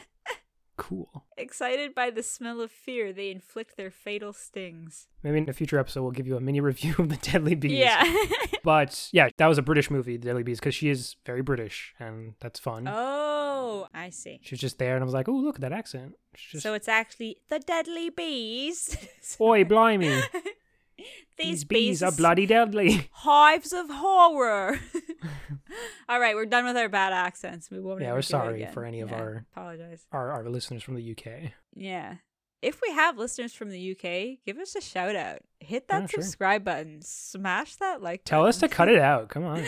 [SPEAKER 2] cool.
[SPEAKER 3] Excited by the smell of fear, they inflict their fatal stings.
[SPEAKER 2] Maybe in a future episode we'll give you a mini review of the Deadly Bees. Hmm.
[SPEAKER 3] Yeah.
[SPEAKER 2] But yeah, that was a British movie, The Deadly Bees, because she is very British, and that's fun.
[SPEAKER 3] oh, I see.
[SPEAKER 2] She was just there, and I was like, "Oh, look at that accent!" She's just,
[SPEAKER 3] So it's actually The Deadly Bees.
[SPEAKER 2] "Oi, blimey!" These
[SPEAKER 3] These
[SPEAKER 2] bees are
[SPEAKER 3] beasts-
[SPEAKER 2] bloody deadly.
[SPEAKER 3] Hives of horror. All right, we're done with our bad accents. We won't.
[SPEAKER 2] Yeah,
[SPEAKER 3] ever
[SPEAKER 2] we're
[SPEAKER 3] do it
[SPEAKER 2] sorry
[SPEAKER 3] again.
[SPEAKER 2] for any of
[SPEAKER 3] Yeah,
[SPEAKER 2] our-
[SPEAKER 3] Apologize.
[SPEAKER 2] Our our listeners from the UK.
[SPEAKER 3] Yeah. If we have listeners from the UK, give us a shout out. Hit that
[SPEAKER 2] Yeah, sure.
[SPEAKER 3] subscribe button. Smash that like.
[SPEAKER 2] Tell us to cut it out. Come on.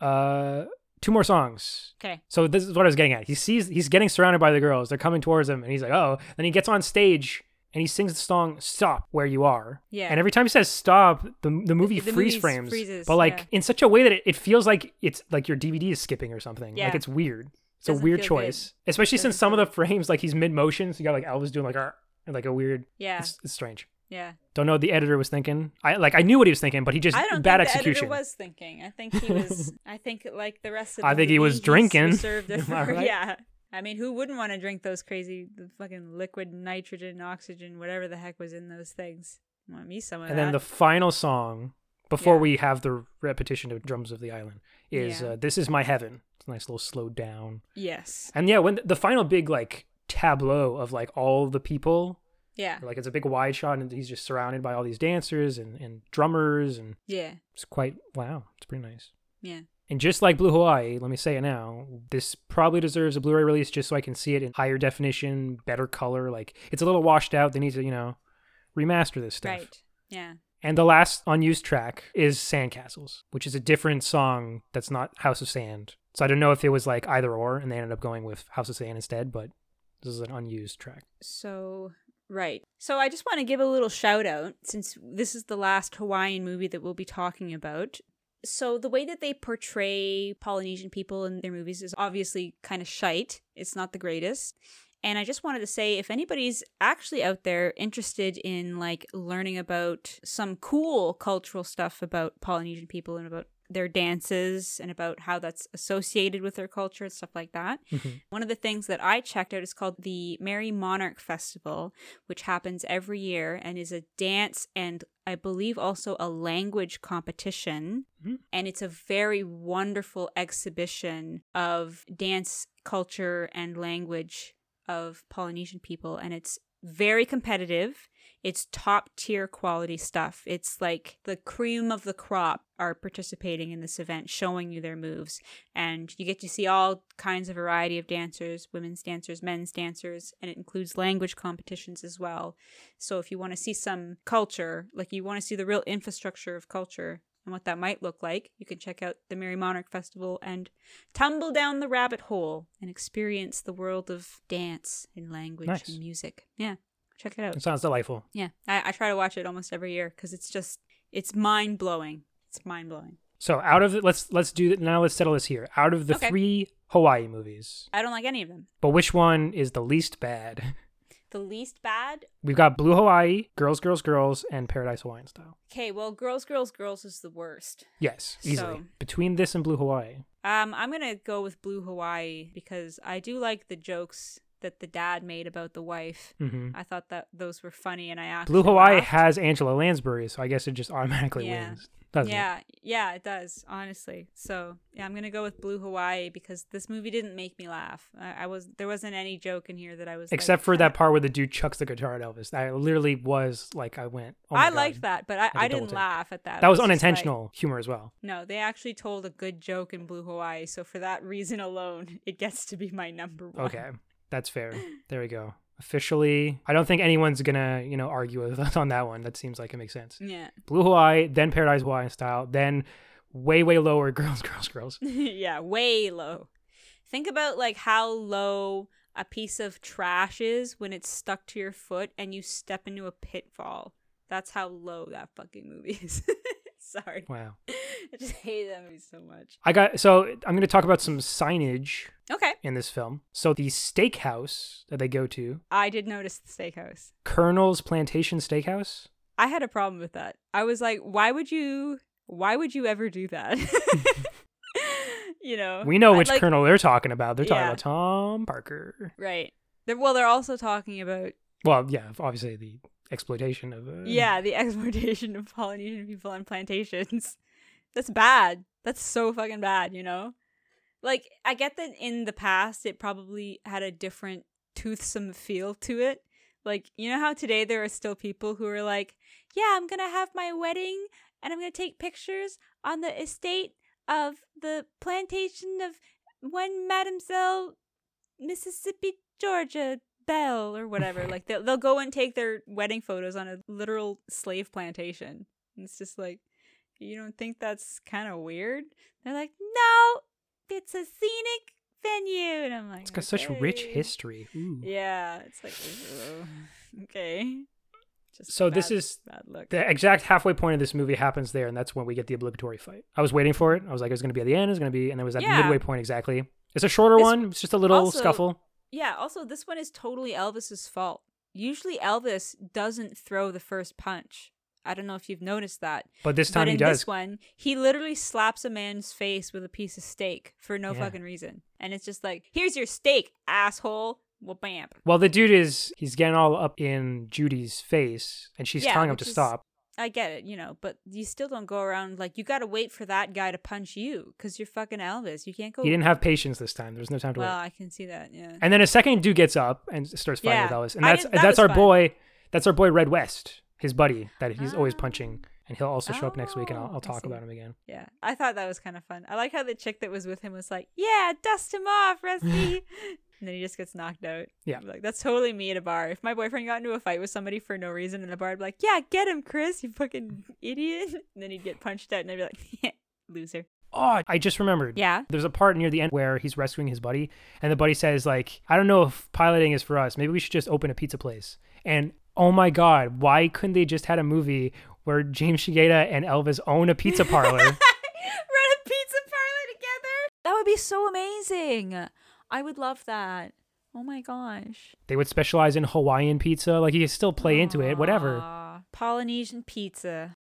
[SPEAKER 2] Uh, two more songs.
[SPEAKER 3] okay.
[SPEAKER 2] So this is what I was getting at. He sees he's getting surrounded by the girls. They're coming towards him, and he's like, "Oh!" Then he gets on stage and he sings the song "Stop Where You Are."
[SPEAKER 3] Yeah.
[SPEAKER 2] And every time he says "stop," the the movie
[SPEAKER 3] The
[SPEAKER 2] freeze
[SPEAKER 3] movie
[SPEAKER 2] frames,
[SPEAKER 3] freezes,
[SPEAKER 2] but like
[SPEAKER 3] yeah.
[SPEAKER 2] in such a way that it, it feels like it's like your DVD is skipping or something.
[SPEAKER 3] Yeah.
[SPEAKER 2] Like it's weird. It's
[SPEAKER 3] Doesn't
[SPEAKER 2] a weird
[SPEAKER 3] feel good.
[SPEAKER 2] choice, especially
[SPEAKER 3] Doesn't
[SPEAKER 2] since some
[SPEAKER 3] feel
[SPEAKER 2] of the frames like he's mid motion, so you got like Elvis doing like "Arr," and like a weird.
[SPEAKER 3] Yeah.
[SPEAKER 2] It's, it's strange.
[SPEAKER 3] Yeah.
[SPEAKER 2] Don't know what the editor was thinking. I like I knew what he was thinking, but he just
[SPEAKER 3] I don't
[SPEAKER 2] bad
[SPEAKER 3] think the
[SPEAKER 2] execution.
[SPEAKER 3] editor was thinking. I think he was. I think like the rest of. The
[SPEAKER 2] I think he
[SPEAKER 3] movie,
[SPEAKER 2] was
[SPEAKER 3] he's
[SPEAKER 2] drinking.
[SPEAKER 3] reserved it
[SPEAKER 2] Am I
[SPEAKER 3] for-
[SPEAKER 2] right?
[SPEAKER 3] Yeah. I mean, who wouldn't want to drink those crazy the fucking liquid nitrogen, oxygen, whatever the heck was in those things? Want me some of
[SPEAKER 2] and
[SPEAKER 3] that?
[SPEAKER 2] then the final song before
[SPEAKER 3] Yeah.
[SPEAKER 2] we have the repetition of drums of the island is
[SPEAKER 3] Yeah.
[SPEAKER 2] uh, this is my heaven it's a nice little slow down
[SPEAKER 3] yes.
[SPEAKER 2] and yeah when th- the final big like tableau of like all the people
[SPEAKER 3] Yeah.
[SPEAKER 2] like it's a big wide shot and he's just surrounded by all these dancers and, and drummers and
[SPEAKER 3] Yeah.
[SPEAKER 2] it's quite wow it's pretty nice
[SPEAKER 3] Yeah.
[SPEAKER 2] and just like blue hawaii let me say it now this probably deserves a blu-ray release just so i can see it in higher definition better color like it's a little washed out they need to you know remaster this stuff
[SPEAKER 3] Right. Yeah.
[SPEAKER 2] and the last unused track is Sandcastles, which is a different song that's not House of Sand. So I don't know if it was like either or, and they ended up going with House of Sand instead, but this is an unused track.
[SPEAKER 3] So, right. So, I just want to give a little shout out since this is the last Hawaiian movie that we'll be talking about. So, the way that they portray Polynesian people in their movies is obviously kind of shite. It's not the greatest. And I just wanted to say if anybody's actually out there interested in like learning about some cool cultural stuff about Polynesian people and about their dances and about how that's associated with their culture and stuff like that, one of the things that I checked out is called the Mary Monarch Festival, which happens every year and is a dance and I believe also a language competition.
[SPEAKER 2] Mhm.
[SPEAKER 3] And it's a very wonderful exhibition of dance culture and language of Polynesian people. And it's very competitive. It's top tier quality stuff. It's like the cream of the crop are participating in this event, showing you their moves and you get to see all kinds of variety of dancers women's dancers men's dancers and it includes language competitions as well so if you want to see some culture like you want to see the real infrastructure of culture and what that might look like you can check out the mary monarch festival and tumble down the rabbit hole and experience the world of dance and language
[SPEAKER 2] Nice.
[SPEAKER 3] and music yeah check it out
[SPEAKER 2] It sounds delightful.
[SPEAKER 3] yeah I, I try to watch it almost every year because it's just it's mind-blowing it's mind-blowing
[SPEAKER 2] So out of the, let's let's do that now. Let's settle this here. Out of the
[SPEAKER 3] Okay.
[SPEAKER 2] three Hawaii movies,
[SPEAKER 3] i don't like any of them
[SPEAKER 2] but which one is the least bad?
[SPEAKER 3] the least bad
[SPEAKER 2] We've got Blue Hawaii, Girls, Girls, Girls, and Paradise Hawaiian Style.
[SPEAKER 3] Okay, well, girls, girls, girls is the worst.
[SPEAKER 2] Yes, easily
[SPEAKER 3] So-
[SPEAKER 2] between this and Blue Hawaii.
[SPEAKER 3] Um, I'm gonna go with Blue Hawaii because I do like the jokes that the dad made about the wife.
[SPEAKER 2] hmm
[SPEAKER 3] I thought that those were funny, and I actually
[SPEAKER 2] Blue Hawaii
[SPEAKER 3] laughed.
[SPEAKER 2] has Angela Lansbury, so I guess it just automatically
[SPEAKER 3] Yeah.
[SPEAKER 2] wins. Doesn't it?
[SPEAKER 3] yeah, yeah, it does honestly. So yeah, I'm gonna go with Blue Hawaii because this movie didn't make me laugh. I, I was there wasn't any joke in here that I was like,
[SPEAKER 2] Except for
[SPEAKER 3] "Huh."
[SPEAKER 2] that part where the dude chucks the guitar at Elvis. I literally was like, I went. Oh my
[SPEAKER 3] I
[SPEAKER 2] God.
[SPEAKER 3] liked that, but I,
[SPEAKER 2] Like a double
[SPEAKER 3] I didn't
[SPEAKER 2] take.
[SPEAKER 3] laugh at that.
[SPEAKER 2] That
[SPEAKER 3] I
[SPEAKER 2] was
[SPEAKER 3] just like-
[SPEAKER 2] unintentional humor as well.
[SPEAKER 3] no, they actually told a good joke in Blue Hawaii, so for that reason alone, it gets to be my number one.
[SPEAKER 2] Okay, that's fair. There we go. Officially, I don't think anyone's gonna you know argue with us on that one. That seems like it makes sense.
[SPEAKER 3] Yeah.
[SPEAKER 2] Blue Hawaii, then Paradise Hawaiian Style, then way way lower. Girls, girls, girls.
[SPEAKER 3] yeah, way low. Think about like how low a piece of trash is when it's stuck to your foot and you step into a pitfall. That's how low that fucking movie is. Sorry.
[SPEAKER 2] Wow.
[SPEAKER 3] I just hate that movie so much.
[SPEAKER 2] I got so I'm gonna talk about some signage
[SPEAKER 3] Okay.
[SPEAKER 2] in this film. So the steakhouse that they go to,
[SPEAKER 3] I did notice the steakhouse.
[SPEAKER 2] Colonel's Plantation Steakhouse.
[SPEAKER 3] I had a problem with that. I was like, why would you why would you ever do that? you know.
[SPEAKER 2] We know
[SPEAKER 3] I'd
[SPEAKER 2] which
[SPEAKER 3] like-
[SPEAKER 2] colonel they're talking about. They're talking
[SPEAKER 3] Yeah.
[SPEAKER 2] about Tom Parker.
[SPEAKER 3] Right. They're, well, they're also talking about
[SPEAKER 2] Well, yeah, obviously the exploitation of. Uh,
[SPEAKER 3] Yeah, the exploitation of Polynesian people on plantations. That's bad. That's so fucking bad, you know? Like, I get that in the past it probably had a different toothsome feel to it. Like, you know how today there are still people who are like, yeah, I'm going to have my wedding and I'm going to take pictures on the estate of the plantation of one Mademoiselle Mississippi, Georgia Bell or whatever. like, they'll, they'll go and take their wedding photos on a literal slave plantation. And it's just like, you don't think that's kind of weird? They're like, no, it's a scenic venue. And I'm like,
[SPEAKER 2] It's got such rich
[SPEAKER 3] "Okay."
[SPEAKER 2] history. Ooh.
[SPEAKER 3] Yeah, it's like ugh, okay. Just
[SPEAKER 2] So this
[SPEAKER 3] bad-
[SPEAKER 2] is
[SPEAKER 3] bad luck.
[SPEAKER 2] The exact halfway point of this movie happens there, and that's when we get the obligatory fight. I was waiting for it. I was like, it was going to be at the end, it was going to be, and it was at
[SPEAKER 3] Yeah.
[SPEAKER 2] the midway point exactly. It's a shorter
[SPEAKER 3] It's
[SPEAKER 2] one. It's just a little
[SPEAKER 3] also-
[SPEAKER 2] scuffle.
[SPEAKER 3] yeah. Also, this one is totally Elvis's fault. Usually, Elvis doesn't throw the first punch. I don't know if you've noticed that.
[SPEAKER 2] But this time
[SPEAKER 3] but
[SPEAKER 2] he
[SPEAKER 3] in
[SPEAKER 2] does.
[SPEAKER 3] this one, he literally slaps a man's face with a piece of steak for no
[SPEAKER 2] Yeah.
[SPEAKER 3] fucking reason, and it's just like, "Here's your steak, asshole." Well, bam.
[SPEAKER 2] Well, the dude is he's getting all up in Judy's face, and she's
[SPEAKER 3] Yeah,
[SPEAKER 2] telling him
[SPEAKER 3] which
[SPEAKER 2] to
[SPEAKER 3] is-
[SPEAKER 2] stop.
[SPEAKER 3] I get it, you know, but you still don't go around like you got to wait for that guy to punch you because you're fucking Elvis. You can't go.
[SPEAKER 2] He didn't have patience this time. There was no time to
[SPEAKER 3] well,
[SPEAKER 2] wait.
[SPEAKER 3] I can see that. Yeah.
[SPEAKER 2] And then a second dude gets up and starts fighting
[SPEAKER 3] Yeah,
[SPEAKER 2] with Elvis, and
[SPEAKER 3] I
[SPEAKER 2] that's
[SPEAKER 3] did- that
[SPEAKER 2] that's
[SPEAKER 3] was
[SPEAKER 2] our
[SPEAKER 3] fun.
[SPEAKER 2] boy. That's our boy Red West, his buddy that he's always
[SPEAKER 3] Ah.
[SPEAKER 2] punching, and he'll also show up next week, and I'll,
[SPEAKER 3] Oh,
[SPEAKER 2] I'll
[SPEAKER 3] I
[SPEAKER 2] talk
[SPEAKER 3] see.
[SPEAKER 2] about him again.
[SPEAKER 3] Yeah, I thought that was kind of fun. I like how the chick that was with him was like, "Yeah, dust him off, Rusty," and then he just gets knocked out.
[SPEAKER 2] Yeah.
[SPEAKER 3] I'm like that's totally me at a bar. If my boyfriend got into a fight with somebody for no reason in a bar, I'd be like, "Yeah, get him, Chris, you fucking idiot," and then he'd get punched out, and I'd be like, "Yeah, "Loser."
[SPEAKER 2] Oh, I just remembered.
[SPEAKER 3] Yeah.
[SPEAKER 2] There's a part near the end where he's rescuing his buddy, and the buddy says, like, I don't know if piloting is for us. Maybe we should just open a pizza place. And oh my God, why couldn't they just had a movie where James Shigeta and Elvis own a pizza parlor?
[SPEAKER 3] Run a pizza parlor together. That would be so amazing. I would love that. Oh my gosh.
[SPEAKER 2] they would specialize in Hawaiian pizza. Like, he could still play into it, whatever.
[SPEAKER 3] Aw, Polynesian pizza.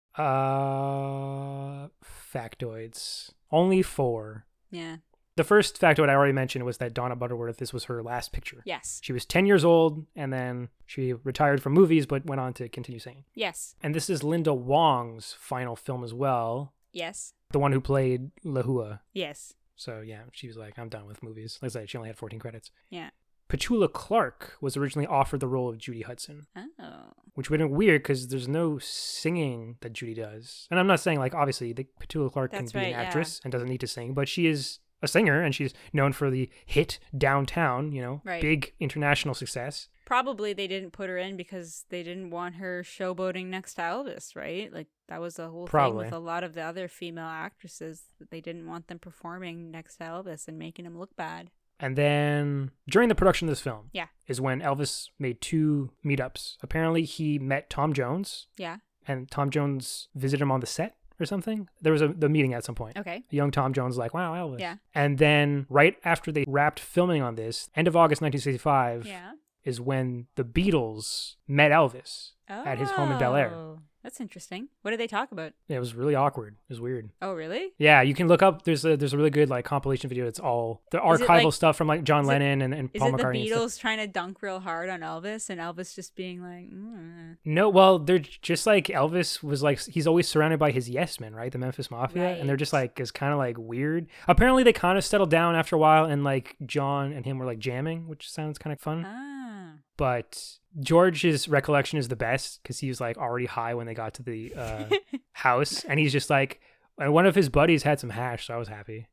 [SPEAKER 2] Uh, factoids. Only four.
[SPEAKER 3] Yeah.
[SPEAKER 2] The first factoid I already mentioned was that Donna Butterworth, this was her last picture.
[SPEAKER 3] Yes.
[SPEAKER 2] She was 10 years old, and then she retired from movies, but went on to continue singing.
[SPEAKER 3] Yes.
[SPEAKER 2] And this is Linda Wong's final film as well,
[SPEAKER 3] Yes.
[SPEAKER 2] the one who played Lahua.
[SPEAKER 3] Yes.
[SPEAKER 2] So yeah, she was like, I'm done with movies. Like I said, she only had 14 credits.
[SPEAKER 3] Yeah.
[SPEAKER 2] Petula Clark was originally offered the role of Judy Hudson,
[SPEAKER 3] Oh.
[SPEAKER 2] which would have been weird because there's no singing that Judy does. And I'm not saying like obviously the Petula Clark
[SPEAKER 3] That's
[SPEAKER 2] can be
[SPEAKER 3] right,
[SPEAKER 2] an
[SPEAKER 3] yeah.
[SPEAKER 2] actress and doesn't need to sing, but she is a singer and she's known for the hit Downtown, you know,
[SPEAKER 3] Right.
[SPEAKER 2] big international success.
[SPEAKER 3] Probably they didn't put her in because they didn't want her showboating next to Elvis, right? Like that was the whole thing
[SPEAKER 2] Probably.
[SPEAKER 3] with a lot of the other female actresses that they didn't want them performing next to Elvis and making him look bad.
[SPEAKER 2] And then during the production of this film,
[SPEAKER 3] Yeah.
[SPEAKER 2] is when Elvis made two meetups. Apparently, he met Tom Jones,
[SPEAKER 3] Yeah.
[SPEAKER 2] and Tom Jones visited him on the set or something. There was a the meeting at some point.
[SPEAKER 3] Okay.
[SPEAKER 2] Young Tom Jones, like, wow, Elvis.
[SPEAKER 3] Yeah.
[SPEAKER 2] And then right after they wrapped filming on this, end of August 1965,
[SPEAKER 3] Yeah.
[SPEAKER 2] is when the Beatles met Elvis at his home in Bel Air.
[SPEAKER 3] Oh, That's interesting. What did they talk about?
[SPEAKER 2] It was really awkward. It was weird.
[SPEAKER 3] Oh, really?
[SPEAKER 2] Yeah, you can look up. There's a there's a really good like compilation video. It's all the
[SPEAKER 3] Is it,
[SPEAKER 2] archival
[SPEAKER 3] like-
[SPEAKER 2] stuff from like John
[SPEAKER 3] is it-
[SPEAKER 2] Lennon and, and
[SPEAKER 3] Is
[SPEAKER 2] Paul
[SPEAKER 3] it the
[SPEAKER 2] McCartney. and stuff.
[SPEAKER 3] Beatles trying to dunk real hard on Elvis and Elvis just being like, mm.
[SPEAKER 2] No, well, they're just like Elvis was like he's always surrounded by his yes men, right? The Memphis Mafia, and they're just
[SPEAKER 3] Right.
[SPEAKER 2] like is kind of like weird. Apparently, they kind of settled down after a while, and like John and him were like jamming, which sounds kind of fun.
[SPEAKER 3] ah,
[SPEAKER 2] But George's recollection is the best because he was like already high when they got to the uh, house, and he's just like, and one of his buddies had some hash, so I was happy.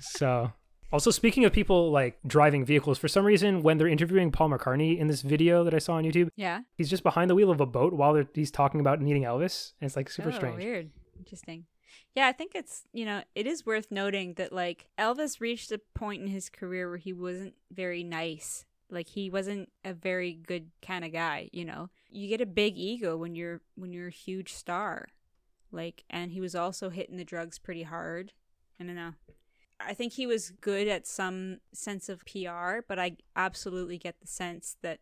[SPEAKER 2] so. Also, speaking of people like driving vehicles, for some reason, when they're interviewing Paul McCartney in this video that I saw on YouTube,
[SPEAKER 3] yeah.
[SPEAKER 2] he's just behind the wheel of a boat while they're, he's talking about meeting Elvis, and it's like super
[SPEAKER 3] oh,
[SPEAKER 2] strange.
[SPEAKER 3] Weird. Interesting. Yeah, I think it's you know it is worth noting that like Elvis reached a point in his career where he wasn't very nice. Like he wasn't a very good kind of guy. You know, you get a big ego when you're when you're a huge star. Like, and he was also hitting the drugs pretty hard. I don't know. I think he was good at some sense of PR, but I absolutely get the sense that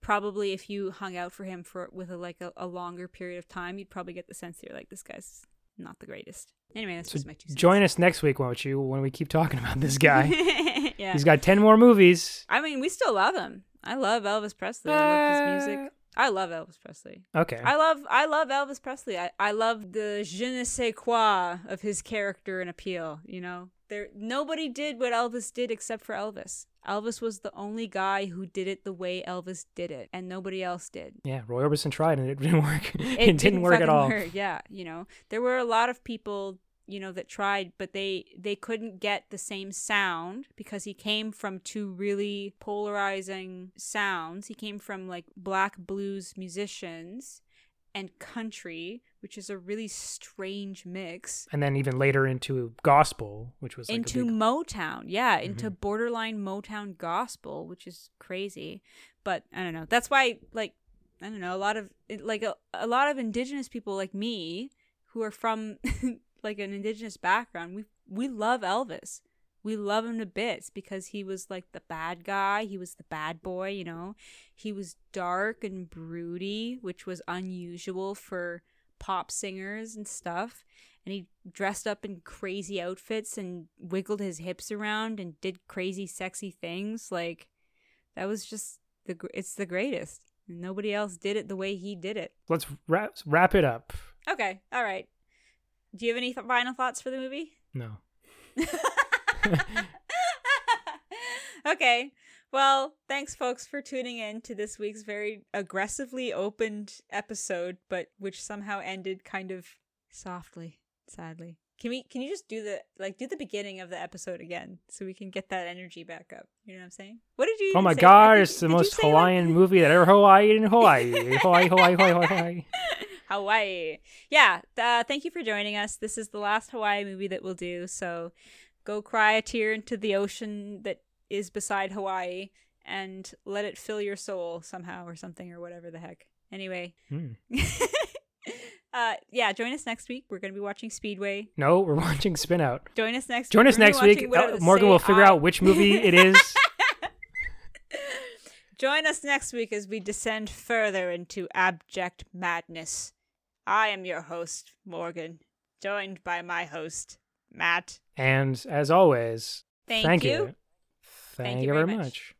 [SPEAKER 3] probably if you hung out for him for with a, like a, a longer period of time, you'd probably get the sense that you're like this guy's not the greatest. Anyway, that's
[SPEAKER 2] So
[SPEAKER 3] just my two cents.
[SPEAKER 2] join us next week, won't you? When we keep talking about this guy,
[SPEAKER 3] yeah.
[SPEAKER 2] he's got ten more movies. Uh.
[SPEAKER 3] I mean, we still love him. I love Elvis Presley. I love his music. I love Elvis Presley.
[SPEAKER 2] Okay.
[SPEAKER 3] I love I love Elvis Presley. I, I love the je ne sais quoi of his character and appeal, you know? There nobody did what Elvis did except for Elvis. Elvis was the only guy who did it the way Elvis did it, and nobody else did.
[SPEAKER 2] yeah, Roy Orbison tried and it didn't work. It, didn't, work at
[SPEAKER 3] fucking
[SPEAKER 2] all.
[SPEAKER 3] work, Yeah, you know, there were a lot of people, you know, that tried, but they they couldn't get the same sound because he came from two really polarizing sounds. He came from like black blues musicians and country, which is a really strange mix.
[SPEAKER 2] And then even later into gospel, which was like
[SPEAKER 3] into
[SPEAKER 2] a big, Mm-hmm.
[SPEAKER 3] Motown, yeah, into borderline Motown gospel, which is crazy. But I don't know. That's why, like, I don't know. A lot of it- like a, a lot of Indigenous people like me, who are from like an Indigenous background, we we love Elvis. We love him to bits because he was like the bad guy. He was the bad boy, you know. He was dark and broody, which was unusual for pop singers and stuff and he dressed up in crazy outfits and wiggled his hips around and did crazy sexy things like that was just the gr- it's the greatest nobody else did it the way he did it
[SPEAKER 2] let's wrap wrap it up.
[SPEAKER 3] okay all right do you have any th- final thoughts for the movie
[SPEAKER 2] No.
[SPEAKER 3] okay. Well, thanks, folks, for tuning in to this week's very aggressively opened episode, but which somehow ended kind of softly, sadly. Can we? Can you just do the like do the beginning of the episode again so we can get that energy back up? You know what I'm saying? What did you?
[SPEAKER 2] Oh
[SPEAKER 3] even
[SPEAKER 2] my
[SPEAKER 3] say? I
[SPEAKER 2] god,
[SPEAKER 3] think-
[SPEAKER 2] it's the
[SPEAKER 3] did you
[SPEAKER 2] most
[SPEAKER 3] say, like-
[SPEAKER 2] Hawaiian movie that ever Hawaii in Hawaii. Hawaii, Hawaii, Hawaii, Hawaii, Hawaii.
[SPEAKER 3] Hawaii. Yeah. Uh, thank you for joining us. This is the last Hawaii movie that we'll do. So go cry a tear into the ocean that is beside Hawaii and let it fill your soul somehow or something or whatever the heck. Anyway.
[SPEAKER 2] Hmm.
[SPEAKER 3] uh, yeah. Join us next week. We're going to be watching Speedway.
[SPEAKER 2] No, we're watching Spin Out.
[SPEAKER 3] Join us next
[SPEAKER 2] Join
[SPEAKER 3] week.
[SPEAKER 2] us
[SPEAKER 3] We're gonna
[SPEAKER 2] next
[SPEAKER 3] be
[SPEAKER 2] week.
[SPEAKER 3] watching whatever
[SPEAKER 2] Uh,
[SPEAKER 3] the
[SPEAKER 2] Morgan
[SPEAKER 3] say
[SPEAKER 2] will figure
[SPEAKER 3] I-
[SPEAKER 2] out which movie it is.
[SPEAKER 3] Join us next week as we descend further into abject madness. I am your host, Morgan, joined by my host, Matt.
[SPEAKER 2] And as always,
[SPEAKER 3] Thank,
[SPEAKER 2] thank,
[SPEAKER 3] you.
[SPEAKER 2] Thank, you very much.